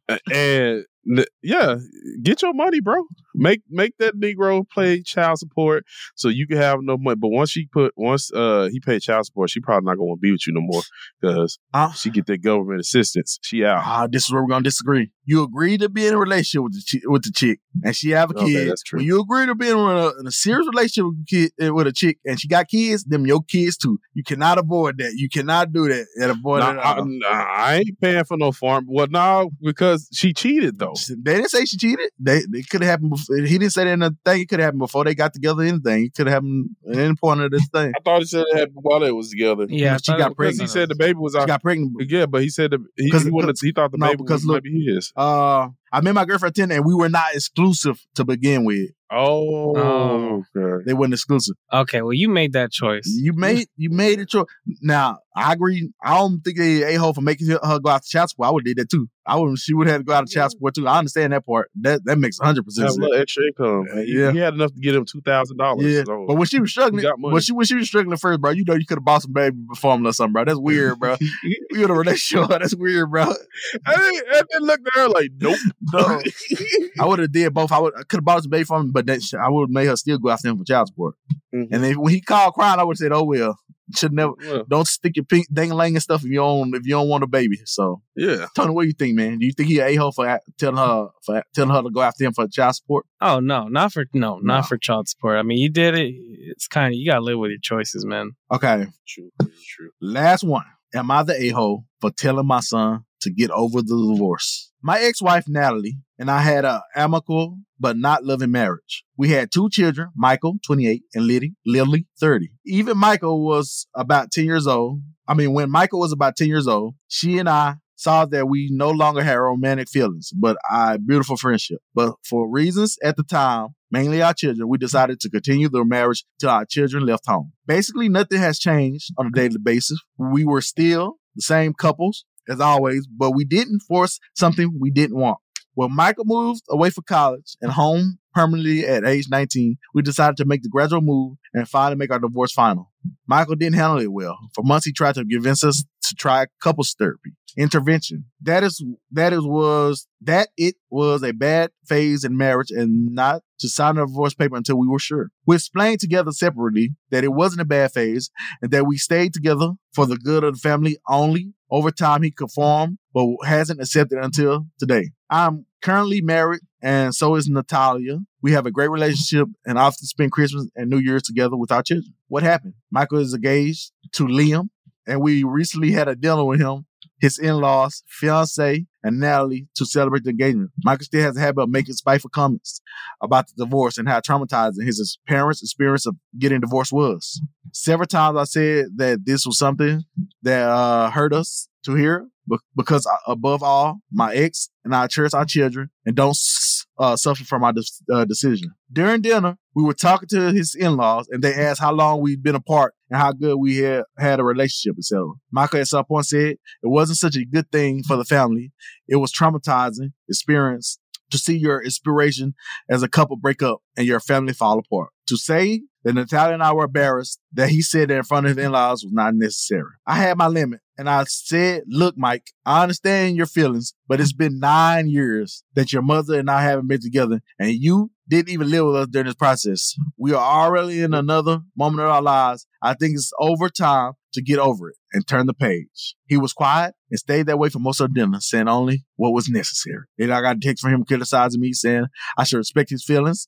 A: guy. and n- yeah, get your money, bro. Make make that Negro pay child support so you can have no money. But once she put once uh he paid child support, she probably not gonna wanna be with you no more because she get that government assistance. She out.
B: Ah, this is where we're gonna disagree. You agree to be in a relationship with the chick, with the chick, and she have a
A: Okay,
B: kid.
A: that's true.
B: When you agree to be in a, in a serious relationship with, kid, eh, with a chick, and she got kids, them your kids too. You cannot avoid that. You cannot do that. And avoid
A: Nah,
B: it. uh,
A: I, nah, I ain't paying for no farm. Well, no, because she cheated though.
B: They didn't say she cheated. They it could have happened. Before. He didn't say that in the thing. It could have happened before they got together. Anything. It could have happened at any point of this thing.
A: I thought it said it happened while they was together.
B: Yeah, I
A: she
B: thought it
A: got
B: was-
A: pregnant. He said the baby was out.
B: got pregnant.
A: Yeah, but he said the, he, he, wanted, he thought the
B: no,
A: baby
B: because
A: was
B: look-
A: maybe his.
B: Uh, I met my girlfriend ten, and we were not exclusive to begin with.
A: Oh,
C: Oh.
B: they weren't exclusive.
C: Okay, well, you made that choice.
B: You made you made a choice. Now I agree. I don't think they a hole for making her her go out to child support. I would did that too. I would. She would have to go out to child support too. I understand that part. That that makes hundred percent
A: Have a
B: sense.
A: little extra income. He,
B: Yeah.
A: he had enough to get him two thousand
B: Yeah,
A: dollars.
B: but when she was struggling,
A: got money.
B: when she when she was struggling first, bro, you know you could have bought some baby formula or something, bro. That's weird, bro. you in a relationship, that's weird, bro.
A: and then, and then looked at her like, nope.
B: No. I would have did both. I would could have bought some baby from him, but that shit, I would have made her still go after him for child support. And then when he called crying, I would have said, "Oh well, should never
A: Mm-hmm. Well.
B: don't stick your pink dang lang and stuff if you don't if you don't want a baby." So
A: Yeah.
B: Tony, what do you think, man? Do you think he a hole for a- telling her for telling her to go after him for child support?
C: Oh no, not for no,
B: Nah.
C: not for child support. I mean, you did it. It's kind of you gotta live with your choices, man.
B: Okay,
A: True, true.
B: Last one. Am I the a hole for telling my son to get over the divorce? My ex wife, Natalie, and I had a amicable but not loving marriage. We had two children, Michael, 28, and Liddy, Lily, 30. Even Michael was about 10 years old. I mean, when Michael was about 10 years old, she and I saw that we no longer had romantic feelings, but a beautiful friendship. But for reasons at the time, mainly our children, we decided to continue the marriage till our children left home. Basically, nothing has changed on a daily basis. We were still the same couples as always, but we didn't force something we didn't want. When Michael moved away for college and home permanently at age 19, we decided to make the gradual move and finally make our divorce final. Michael didn't handle it well. For months, he tried to convince us to try couples therapy intervention. That is that is was that it was a bad phase in marriage and not to sign a divorce paper until we were sure. We explained together separately that it wasn't a bad phase and that we stayed together for the good of the family only. Over time, he conformed but hasn't accepted until today. I'm currently married and so is Natalia. We have a great relationship and often spend Christmas and New Year's together with our children. What happened? Michael is engaged to Liam, and we recently had a dinner with him, his in laws, fiance, and Natalie to celebrate the engagement. Michael still has a habit of making spiteful comments about the divorce and how traumatizing his parents' experience of getting divorced was. Several times I said that this was something that uh, hurt us to hear be- because uh, above all, my ex and I cherish our children and don't s- uh, suffer from our de- uh, decision. During dinner, we were talking to his in-laws and they asked how long we'd been apart and how good we had had a relationship, etc. Michael at some point said it wasn't such a good thing for the family. It was traumatizing experience to see your inspiration as a couple break up and your family fall apart. To say that Natalia and I were embarrassed that he said that in front of his in-laws was not necessary. I had my limit and I said, look, Mike, I understand your feelings, but it's been nine years that your mother and I haven't been together and you didn't even live with us during this process. We are already in another moment of our lives. I think it's over time to get over it and turn the page. He was quiet and stayed that way for most of dinner, saying only what was necessary. Then I got a text from him criticizing me, saying I should respect his feelings.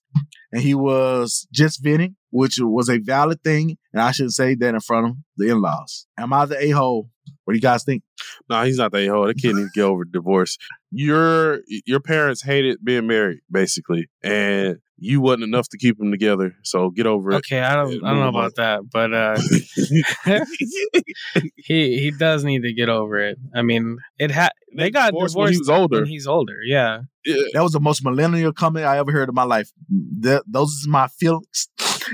B: And he was just venting, which was a valid thing. And I shouldn't say that in front of the in laws. Am I the a hole? What do you guys think?
A: No, he's not the a-hole. That kid needs to get over divorce. Your your parents hated being married, basically, and you wasn't enough to keep them together. So get over it.
C: Okay, I don't, I don't know about that, but uh, he he does need to get over it. I mean, it had they got divorced
A: divorced when he was older.
C: When he's older, yeah.
B: That was the most millennial comment I ever heard in my life. That, those is my feelings.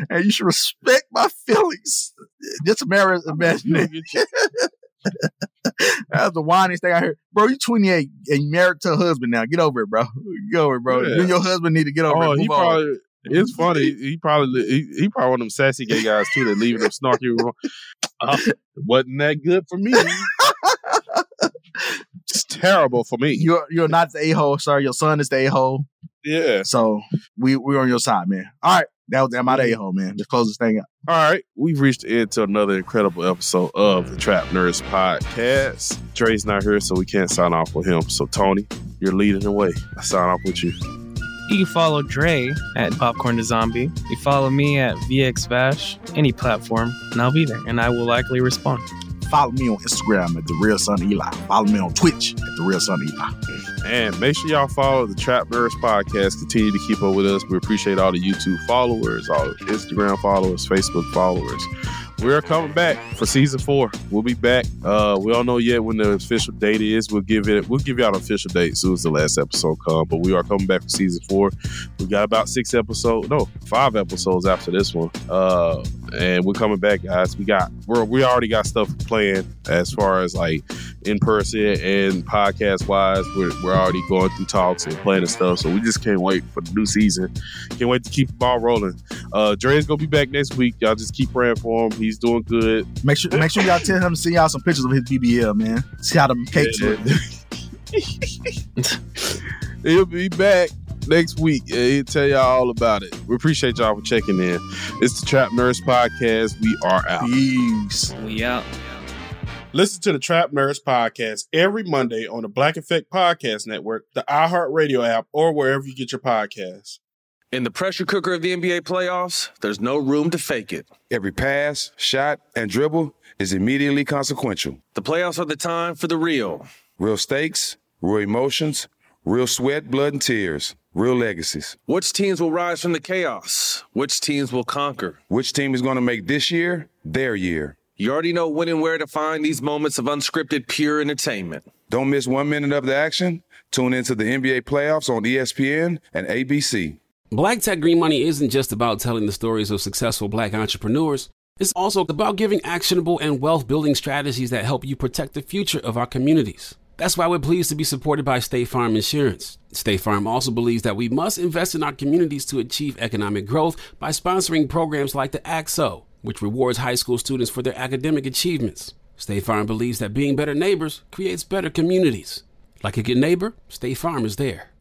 B: And you should respect my feelings. just marriage imagination. That's the whiniest thing I heard. Bro, you 28 and you married to a husband now. Get over it, bro. Get over it, bro.
A: Yeah.
B: You and your husband need to get over
A: Oh,
B: it.
A: he
B: Move on.
A: probably. It's funny. He probably he, he probably one of them sassy gay guys too that leaving them snarky. Uh, wasn't that good for me? it's terrible for me.
B: You're you're not the a hole, sir. Your son is the a hole.
A: Yeah.
B: So we we're on your side, man. All right. That was that my a hole, man. Just close this thing up.
A: All right, we've reached the end to another incredible episode of the Trap Nerds Podcast. Dre's not here, so we can't sign off with him. So Tony, you're leading the way. I sign off with you.
C: You can follow Dre at Popcorn to Zombie. You follow me at VXVash, any platform, and I'll be there, and I will likely respond.
B: Follow me on Instagram at the real son Eli. Follow me on Twitch at the real son Eli.
A: And make sure y'all follow the Trap Nerds Podcast. Continue to keep up with us. We appreciate all the YouTube followers, all the Instagram followers, Facebook followers. We're coming back for season four. We'll be back. Uh, we don't know yet when the official date is. We'll give it. We'll give you out an official date as soon as the last episode comes. But we are coming back for season four. We got about six episodes. No, five episodes after this one. Uh, and we're coming back, guys. We got. We're, we already got stuff planned as far as like in person and podcast wise. We're, we're already going through talks and planning stuff. So we just can't wait for the new season. Can't wait to keep the ball rolling. Uh, Dre's gonna be back next week. Y'all just keep praying for him. He's doing good.
B: Make sure make sure y'all tell him to send y'all some pictures of his BBL, man. See how them cakes
A: Yeah.
B: look.
A: He'll be back next week. and He'll tell y'all all about it. We appreciate y'all for checking in. It's the Trap Nurse Podcast. We are out.
B: Peace.
C: We out.
A: Listen to the Trap Nerds podcast every Monday on the Black Effect Podcast Network, the iHeartRadio app, or wherever you get your podcasts.
F: In the pressure cooker of the NBA playoffs, there's no room to fake it.
G: Every pass, shot, and dribble is immediately consequential.
F: The playoffs are the time for the real.
G: Real stakes, real emotions, real sweat, blood, and tears, real legacies.
F: Which teams will rise from the chaos? Which teams will conquer?
G: Which team is going to make this year their year?
F: You already know when and where to find these moments of unscripted, pure entertainment.
G: Don't miss one minute of the action. Tune into the NBA playoffs on E ESPN and ABC.
D: Black Tech Green Money isn't just about telling the stories of successful black entrepreneurs. It's also about giving actionable and wealth building strategies that help you protect the future of our communities. That's why we're pleased to be supported by State Farm Insurance. State Farm also believes that we must invest in our communities to achieve economic growth by sponsoring programs like the AXO, which rewards high school students for their academic achievements. State Farm believes that being better neighbors creates better communities. Like a good neighbor, State Farm is there.